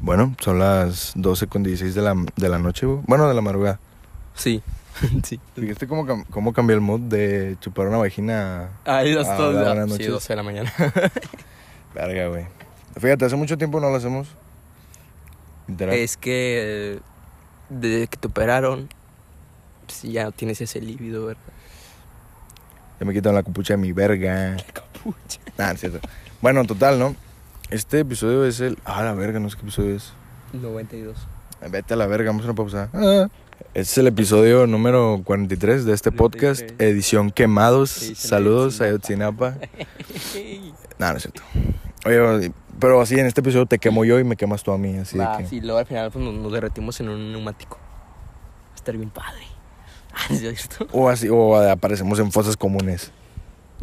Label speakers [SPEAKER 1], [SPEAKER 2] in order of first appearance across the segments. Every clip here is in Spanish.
[SPEAKER 1] Bueno, son las 12 con 16 de la, de la noche, güey. bueno, de la madrugada.
[SPEAKER 2] Sí, sí.
[SPEAKER 1] ¿Viste cómo, cam- cómo cambió el mood de chupar una vagina? a-
[SPEAKER 2] Ahí
[SPEAKER 1] a
[SPEAKER 2] las dos de
[SPEAKER 1] hablar
[SPEAKER 2] la-
[SPEAKER 1] Ah, buenas
[SPEAKER 2] sí,
[SPEAKER 1] noches?
[SPEAKER 2] 12 de la mañana.
[SPEAKER 1] Verga, güey. Fíjate, hace mucho tiempo no lo hacemos. Literal.
[SPEAKER 2] es que eh, desde que te operaron, pues, ya no tienes ese líbido, ¿verdad?
[SPEAKER 1] Ya me quitan la capucha de mi verga. Nah, no es cierto. Bueno, total, ¿no? Este episodio es el... Ah, la verga, no sé qué episodio es.
[SPEAKER 2] 92.
[SPEAKER 1] Ay, Vete a la verga, vamos a una pausa. Ah. Este es el episodio número 43 de este podcast,
[SPEAKER 2] 43.
[SPEAKER 1] edición Quemados.
[SPEAKER 2] Edición
[SPEAKER 1] Saludos a
[SPEAKER 2] Ayotzinapa.
[SPEAKER 1] Yotzinapa. Nah, no es cierto. Oye, pero así en este episodio te quemo yo y me quemas tú a mí, así de
[SPEAKER 2] Va,
[SPEAKER 1] que...
[SPEAKER 2] sí, luego al final pues, nos, nos derretimos en un neumático. Va a estar bien padre. Ah, ¿es cierto?
[SPEAKER 1] O así, o aparecemos en fosas comunes.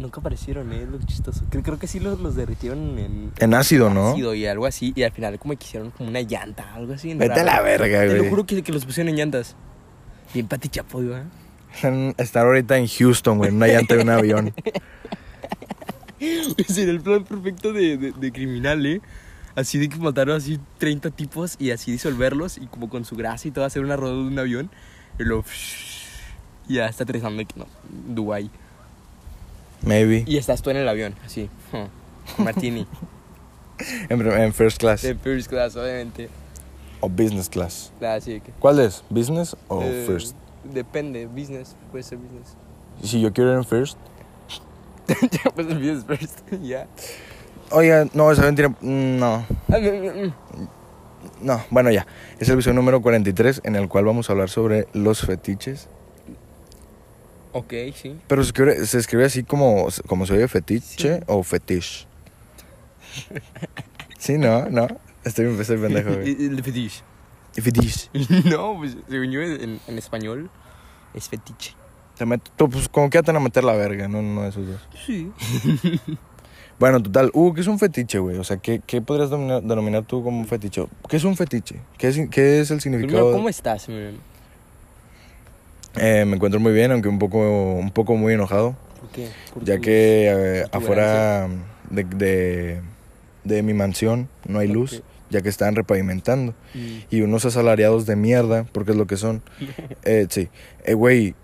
[SPEAKER 2] Nunca aparecieron, ¿eh? Lo chistoso. Creo, creo que sí los, los derritieron en
[SPEAKER 1] En ácido, ¿no?
[SPEAKER 2] ácido y algo así. Y al final como que hicieron como una llanta, algo así.
[SPEAKER 1] Vete a la verga,
[SPEAKER 2] Te
[SPEAKER 1] güey.
[SPEAKER 2] lo juro que, que los pusieron en llantas. Bien pati chapo, güey. ¿eh?
[SPEAKER 1] En- Estar ahorita en Houston, güey, en una llanta de un avión.
[SPEAKER 2] Sería el plan perfecto de, de, de criminal, ¿eh? Así de que mataron así 30 tipos y así disolverlos y como con su grasa y todo hacer una rodada de un avión. Y luego... Y ya está aterrizando aquí, no, Dubái.
[SPEAKER 1] Maybe.
[SPEAKER 2] Y estás tú en el avión, así. huh, Martini.
[SPEAKER 1] En, en first class.
[SPEAKER 2] De first class, obviamente.
[SPEAKER 1] O business class.
[SPEAKER 2] Nada, así de que...
[SPEAKER 1] ¿Cuál es? ¿Business o
[SPEAKER 2] eh,
[SPEAKER 1] Oh, first?
[SPEAKER 2] Depende, business, puede ser business.
[SPEAKER 1] Si yo quiero ir en first.
[SPEAKER 2] ya, pues el business first, ya.
[SPEAKER 1] Oiga, no, esa mentira. mm, No,
[SPEAKER 2] Ah, mm, mm, mm.
[SPEAKER 1] no. Bueno, ya. Es el episodio número 43 en el cual vamos a hablar sobre los fetiches.
[SPEAKER 2] Ok, sí.
[SPEAKER 1] Pero se escribe, se escribe así como, como se oye fetiche
[SPEAKER 2] Sí.
[SPEAKER 1] o fetish. sí, no, no. Estoy empezando pendejo, güey.
[SPEAKER 2] El fetiche.
[SPEAKER 1] Fetish.
[SPEAKER 2] No, pues según yo en, en español es fetiche.
[SPEAKER 1] Te meto, tú, pues, como que ya te van a meter la verga, no, no esos dos.
[SPEAKER 2] Sí.
[SPEAKER 1] Bueno, total, uh, ¿qué es un fetiche, güey? O sea, ¿qué, qué podrías denominar, denominar tú como un fetiche? ¿Qué es un fetiche? ¿Qué es, qué es el significado?
[SPEAKER 2] Primero, ¿cómo estás? men?
[SPEAKER 1] Eh, me encuentro muy bien, aunque un poco, un poco muy enojado,
[SPEAKER 2] ¿Por qué? Por
[SPEAKER 1] ya
[SPEAKER 2] tus-
[SPEAKER 1] que eh,
[SPEAKER 2] tu
[SPEAKER 1] afuera de, de- de mi mansión no hay luz,
[SPEAKER 2] Ok.
[SPEAKER 1] ya que están repavimentando.
[SPEAKER 2] Mm.
[SPEAKER 1] Y unos asalariados de mierda, porque es lo que son. Eh, sí, Eh, güey,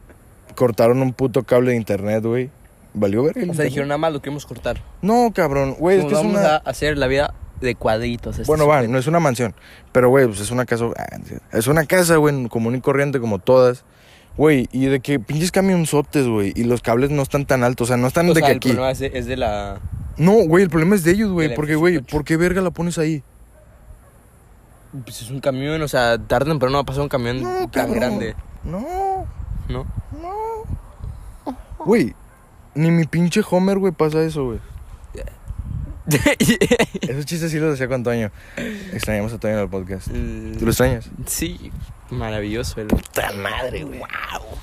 [SPEAKER 1] cortaron un puto cable de internet, güey. Valió ver
[SPEAKER 2] O sea, dijeron nada más lo queremos cortar.
[SPEAKER 1] No, cabrón, güey, pues, es
[SPEAKER 2] Nos
[SPEAKER 1] que es
[SPEAKER 2] vamos
[SPEAKER 1] una...
[SPEAKER 2] a hacer la vida de cuadritos. a estos
[SPEAKER 1] Bueno, va, no es una mansión. Pero, güey, pues es una casa. ah, Es una casa, güey, común y corriente como todas. Güey, y de que pinches camionzotes, güey. Y los cables no están tan altos. O sea, no están
[SPEAKER 2] O
[SPEAKER 1] de
[SPEAKER 2] sea,
[SPEAKER 1] que
[SPEAKER 2] el
[SPEAKER 1] aquí.
[SPEAKER 2] problema es de, es de la...
[SPEAKER 1] No, güey, el problema es de ellos, güey.
[SPEAKER 2] Del
[SPEAKER 1] Porque, güey,
[SPEAKER 2] M58.
[SPEAKER 1] ¿por qué verga la pones ahí?
[SPEAKER 2] Pues es un camión, o sea, tarde pero no va a pasar un camión
[SPEAKER 1] No,
[SPEAKER 2] tan
[SPEAKER 1] cabrón.
[SPEAKER 2] grande,
[SPEAKER 1] No,
[SPEAKER 2] ¿no?
[SPEAKER 1] no. Güey, ni mi pinche Homer, güey, pasa eso, güey. Esos chistes sí los hacía con Toño. Extrañamos a Toño en el podcast.
[SPEAKER 2] Mm,
[SPEAKER 1] ¿Tú lo extrañas?
[SPEAKER 2] Sí, maravilloso. El...
[SPEAKER 1] Puta madre, güey. Wow.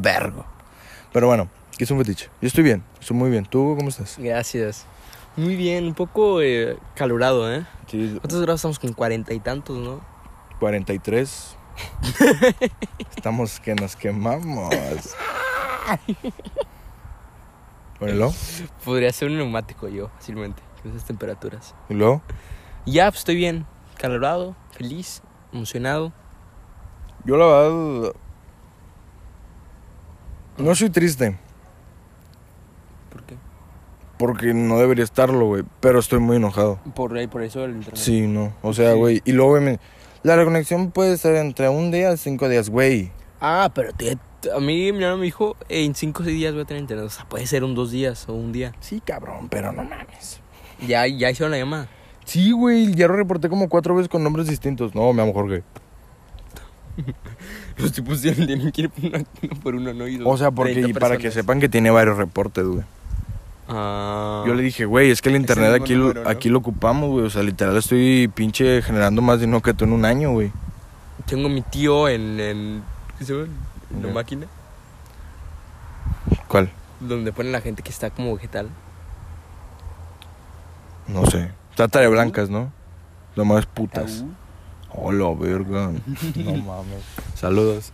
[SPEAKER 1] Vergo. Pero bueno, ¿qué es un fetiche? Yo estoy bien, estoy muy bien. ¿Tú cómo estás?
[SPEAKER 2] Gracias. Muy bien, un poco eh, calorado, ¿eh?
[SPEAKER 1] Sí,
[SPEAKER 2] ¿Cuántos grados estamos con cuarenta y tantos, no?
[SPEAKER 1] 43. Estamos que nos quemamos. Bueno, ¿y luego?
[SPEAKER 2] Podría ser un neumático yo, fácilmente, con esas temperaturas.
[SPEAKER 1] ¿Y luego?
[SPEAKER 2] Ya, pues, estoy bien, calorado, feliz, emocionado.
[SPEAKER 1] Yo la verdad... No soy triste,
[SPEAKER 2] ¿Por qué?
[SPEAKER 1] porque no debería estarlo, güey. Pero estoy muy enojado.
[SPEAKER 2] Por, eh, por eso el internet.
[SPEAKER 1] Sí, no. O sea,
[SPEAKER 2] Sí.
[SPEAKER 1] güey. Y luego, güey, me- la reconexión puede ser entre un día y cinco días, güey.
[SPEAKER 2] Ah, pero te- a mí mi hermano me dijo, en cinco o seis días voy a tener internet. O sea, puede ser un dos días o un día.
[SPEAKER 1] Sí, cabrón, pero no mames.
[SPEAKER 2] Ya, ya hicieron la llamada.
[SPEAKER 1] Sí, güey, ya lo reporté como cuatro veces con nombres distintos. No, me amo Jorge.
[SPEAKER 2] Los tipos tienen, tienen que ir uno, uno por uno, ¿no? Y son
[SPEAKER 1] O sea, porque
[SPEAKER 2] 30
[SPEAKER 1] y para que
[SPEAKER 2] personas.
[SPEAKER 1] sepan que tiene varios reportes, güey.
[SPEAKER 2] Ah.
[SPEAKER 1] Yo le dije, güey, es que el
[SPEAKER 2] Es el
[SPEAKER 1] internet
[SPEAKER 2] mismo
[SPEAKER 1] aquí, lo-
[SPEAKER 2] número, ¿no?
[SPEAKER 1] aquí lo ocupamos, güey. O sea, literal estoy pinche generando más dinero que tú en un año, güey.
[SPEAKER 2] Tengo a mi tío en. en ¿Qué se llama? En la
[SPEAKER 1] Ya.
[SPEAKER 2] máquina.
[SPEAKER 1] ¿Cuál?
[SPEAKER 2] Donde ponen la gente que está como vegetal.
[SPEAKER 1] No sé. Trata de blancas, ¿no? Lo más putas. Hola, verga. No mames. Saludos.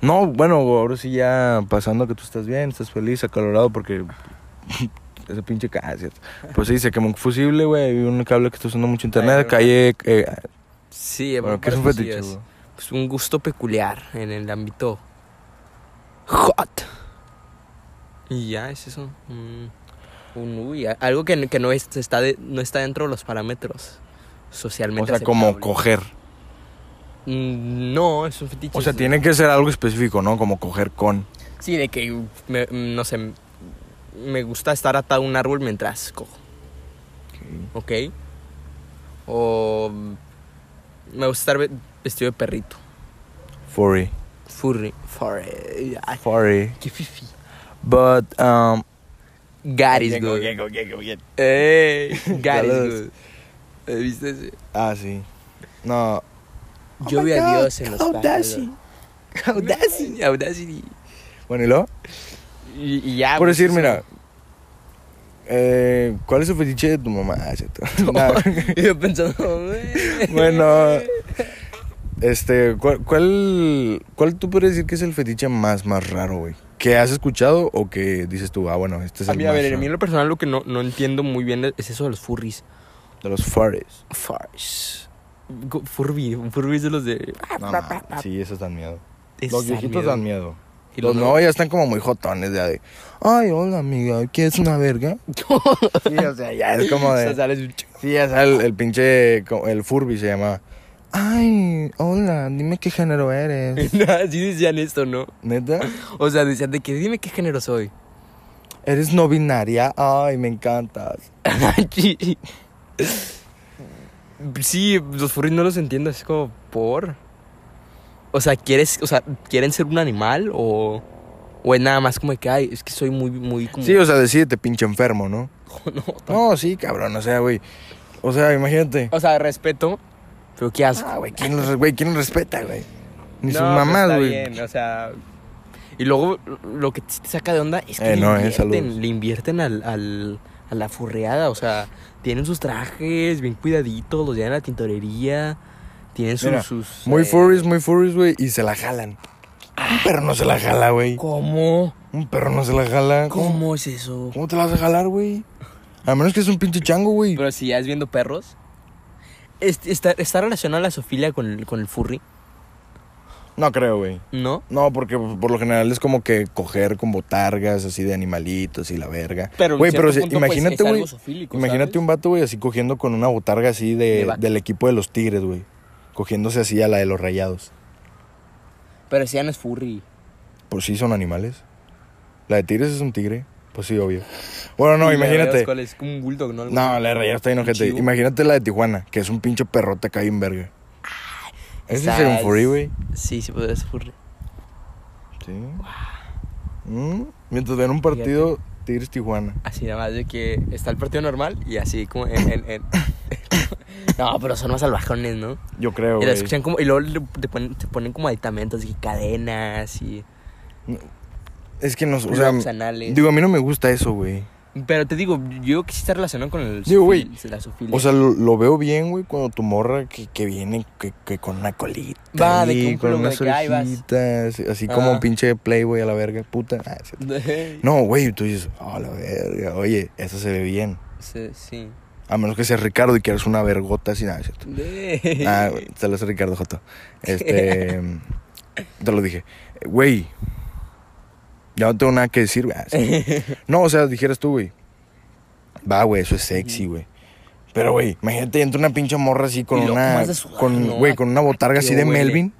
[SPEAKER 1] No, bueno, güey, ahora sí ya pasando que tú estás bien, estás feliz, acalorado porque esa pinche casa. Pues sí, se quemó un fusible, güey, y un cable que está usando mucho internet,
[SPEAKER 2] Ay,
[SPEAKER 1] calle eh,
[SPEAKER 2] Sí, en
[SPEAKER 1] Bueno, ¿qué es un
[SPEAKER 2] parte sí
[SPEAKER 1] fetiche,
[SPEAKER 2] es.
[SPEAKER 1] güey?
[SPEAKER 2] Pues un gusto peculiar en el ámbito hot. Y ya, es eso. Un, un uy, a- algo que, que no, es- está de- no está dentro de los parámetros
[SPEAKER 1] O
[SPEAKER 2] socialmente
[SPEAKER 1] sea, como
[SPEAKER 2] aceptables.
[SPEAKER 1] coger.
[SPEAKER 2] Mm, No, es un fetiche.
[SPEAKER 1] O sea,
[SPEAKER 2] es-
[SPEAKER 1] tiene que ser algo específico, ¿no? Como coger con.
[SPEAKER 2] Sí, de que, uh, me- mm, no sé, me gusta estar atado a un árbol mientras cojo, ¿ok? O mm, me gusta estar ve- vestido de perrito.
[SPEAKER 1] Furry.
[SPEAKER 2] Furry. Furry. Ay,
[SPEAKER 1] Furry.
[SPEAKER 2] qué fifi.
[SPEAKER 1] But, um.
[SPEAKER 2] God is good. Ey, God is
[SPEAKER 1] Saludos.
[SPEAKER 2] good. Eh, ¿Viste ese?
[SPEAKER 1] Ah, sí. No.
[SPEAKER 2] Yo
[SPEAKER 1] Oh my
[SPEAKER 2] vi a
[SPEAKER 1] God,
[SPEAKER 2] Dios en los
[SPEAKER 1] Audacity.
[SPEAKER 2] pájaros. Audacity. Audacity.
[SPEAKER 1] Bueno, ¿y luego?
[SPEAKER 2] Y, y ya.
[SPEAKER 1] Por
[SPEAKER 2] pues,
[SPEAKER 1] decir,
[SPEAKER 2] o sea,
[SPEAKER 1] mira. eh, ¿Cuál es su fetiche de tu mamá? Ah, es cierto. Nada.
[SPEAKER 2] Y yo pensando, güey.
[SPEAKER 1] Bueno, este, ¿cuál, cuál, cuál tú puedes decir que es el fetiche más, más raro, güey? ¿Que has escuchado o que dices tú, ah, bueno, este es
[SPEAKER 2] A
[SPEAKER 1] el
[SPEAKER 2] mí, a
[SPEAKER 1] más
[SPEAKER 2] ver, a
[SPEAKER 1] raro?
[SPEAKER 2] mí en lo personal lo que no, no entiendo muy bien es eso de los furries.
[SPEAKER 1] De los furries.
[SPEAKER 2] Furries. Go- Furby. Furby es de los de... ah,
[SPEAKER 1] No, mames, sí, esos dan miedo.
[SPEAKER 2] Esos
[SPEAKER 1] los
[SPEAKER 2] dan
[SPEAKER 1] viejitos
[SPEAKER 2] miedo.
[SPEAKER 1] dan miedo.
[SPEAKER 2] Y
[SPEAKER 1] Los
[SPEAKER 2] los
[SPEAKER 1] nuevos ya están como muy jotones, ya de, ay, hola, amiga, ¿quieres una verga? sí, o sea, ya es como
[SPEAKER 2] O sea,
[SPEAKER 1] de...
[SPEAKER 2] sales un ch-
[SPEAKER 1] Sí, ya sea, Ah, el, el pinche, co- el furby se llama. Ay, hola, dime qué género eres.
[SPEAKER 2] Así decían esto, ¿no?
[SPEAKER 1] ¿Neta?
[SPEAKER 2] O sea, decían de que dime qué género soy.
[SPEAKER 1] Eres no binaria, ay, me encantas.
[SPEAKER 2] sí, los furries no los entiendo, es como por. O sea, ¿quieres, o sea, ¿quieren ser un animal o, o es nada más como de que, ay, es que soy muy, muy como...
[SPEAKER 1] Sí, o sea, decídete, pinche enfermo, ¿no?
[SPEAKER 2] no.
[SPEAKER 1] No, sí, cabrón, o sea, güey. O sea, imagínate.
[SPEAKER 2] O sea, respeto, pero qué asco.
[SPEAKER 1] Ah, güey, ¿quién los, güey, ¿quién los respeta, güey? Ni sus
[SPEAKER 2] No, pues,
[SPEAKER 1] mamás,
[SPEAKER 2] está
[SPEAKER 1] güey.
[SPEAKER 2] bien, o sea. Y luego lo que sí te saca de onda es que
[SPEAKER 1] Eh,
[SPEAKER 2] le
[SPEAKER 1] no, eh,
[SPEAKER 2] invierten,
[SPEAKER 1] saludos.
[SPEAKER 2] le invierten al, al- a la furreada, o sea, tienen sus trajes bien cuidaditos, los llevan a la tintorería, tienen sus...
[SPEAKER 1] Mira,
[SPEAKER 2] sus,
[SPEAKER 1] Muy
[SPEAKER 2] eh,
[SPEAKER 1] furries, muy furries, güey, y se la jalan. Un perro no se la jala, güey.
[SPEAKER 2] ¿Cómo?
[SPEAKER 1] Un perro no se la jala. ¿Cómo,
[SPEAKER 2] ¿Cómo es eso?
[SPEAKER 1] ¿Cómo te la vas a jalar, güey? A menos que es un pinche chango, güey.
[SPEAKER 2] Pero si ya es viendo perros, ¿est- ¿está, está relacionada la sofilia con, el- con el furry?
[SPEAKER 1] No creo, güey.
[SPEAKER 2] ¿No?
[SPEAKER 1] No, porque por lo general es como que coger con botargas así de animalitos y la verga.
[SPEAKER 2] Pero en
[SPEAKER 1] Güey, pero
[SPEAKER 2] cierto
[SPEAKER 1] si-
[SPEAKER 2] punto, pues,
[SPEAKER 1] imagínate,
[SPEAKER 2] es algo
[SPEAKER 1] güey.
[SPEAKER 2] sofílico,
[SPEAKER 1] Imagínate
[SPEAKER 2] ¿sabes?
[SPEAKER 1] un vato, güey, así cogiendo con una botarga así
[SPEAKER 2] De
[SPEAKER 1] de,
[SPEAKER 2] vaca.
[SPEAKER 1] del equipo de los Tigres, güey. Cogiéndose así a la de los rayados.
[SPEAKER 2] Pero si ya no es furry.
[SPEAKER 1] Pues sí, son animales. La de Tigres es un tigre. Pues sí, obvio. Bueno, no,
[SPEAKER 2] Y la de
[SPEAKER 1] imagínate.
[SPEAKER 2] Oscar Es como un bulldog, ¿no? Algo
[SPEAKER 1] No,
[SPEAKER 2] así.
[SPEAKER 1] la de rayados está
[SPEAKER 2] Un
[SPEAKER 1] enojete.
[SPEAKER 2] chivo.
[SPEAKER 1] Imagínate la de Tijuana, que es un pinche perrote acá en verga. Ese
[SPEAKER 2] Esa
[SPEAKER 1] es un
[SPEAKER 2] es-
[SPEAKER 1] furry, güey.
[SPEAKER 2] Sí, sí podría ser furry.
[SPEAKER 1] Sí. Mm, Mientras ven un partido Tigres-Tijuana.
[SPEAKER 2] Así nada más de que está el partido normal y así como en... en- en- no, pero son más salvajones, ¿no?
[SPEAKER 1] Yo creo,
[SPEAKER 2] Y, lo
[SPEAKER 1] güey.
[SPEAKER 2] escuchan como, y luego le- te ponen, te ponen como aditamentos y cadenas y...
[SPEAKER 1] Es que no, o sea,
[SPEAKER 2] Lobos anales.
[SPEAKER 1] digo, a mí no me gusta eso, güey.
[SPEAKER 2] Pero te digo, yo creo que sí está relacionado con el
[SPEAKER 1] Digo, güey,
[SPEAKER 2] sofil- la sofilia.
[SPEAKER 1] O sea, lo, lo veo bien, güey, cuando tu morra que, que viene que, que con una colita.
[SPEAKER 2] Va, de
[SPEAKER 1] ahí,
[SPEAKER 2] que un
[SPEAKER 1] con
[SPEAKER 2] plumo,
[SPEAKER 1] unas
[SPEAKER 2] de que ahí vas.
[SPEAKER 1] orejitas, así como
[SPEAKER 2] Ajá.
[SPEAKER 1] un pinche playboy a la verga, puta. Ah, es- No, güey, tú dices, oh, la verga, oye, eso se ve bien.
[SPEAKER 2] sí, sí.
[SPEAKER 1] A menos que seas Ricardo y quieras una vergota así, nada, es cierto.
[SPEAKER 2] De-
[SPEAKER 1] Ah, güey, saludos a Ricardo Joto. Este. te lo dije. Güey, ya no tengo nada que decir, güey. Ah, sí. No, o sea, dijeras tú, güey. Va, güey, eso es sexy, güey. Pero, güey, imagínate, entra una pinche morra así con
[SPEAKER 2] Y luego
[SPEAKER 1] una.
[SPEAKER 2] más de sudar,
[SPEAKER 1] Con,
[SPEAKER 2] ¿no?
[SPEAKER 1] güey, con una botarga así
[SPEAKER 2] Tío,
[SPEAKER 1] de
[SPEAKER 2] huele.
[SPEAKER 1] Melvin.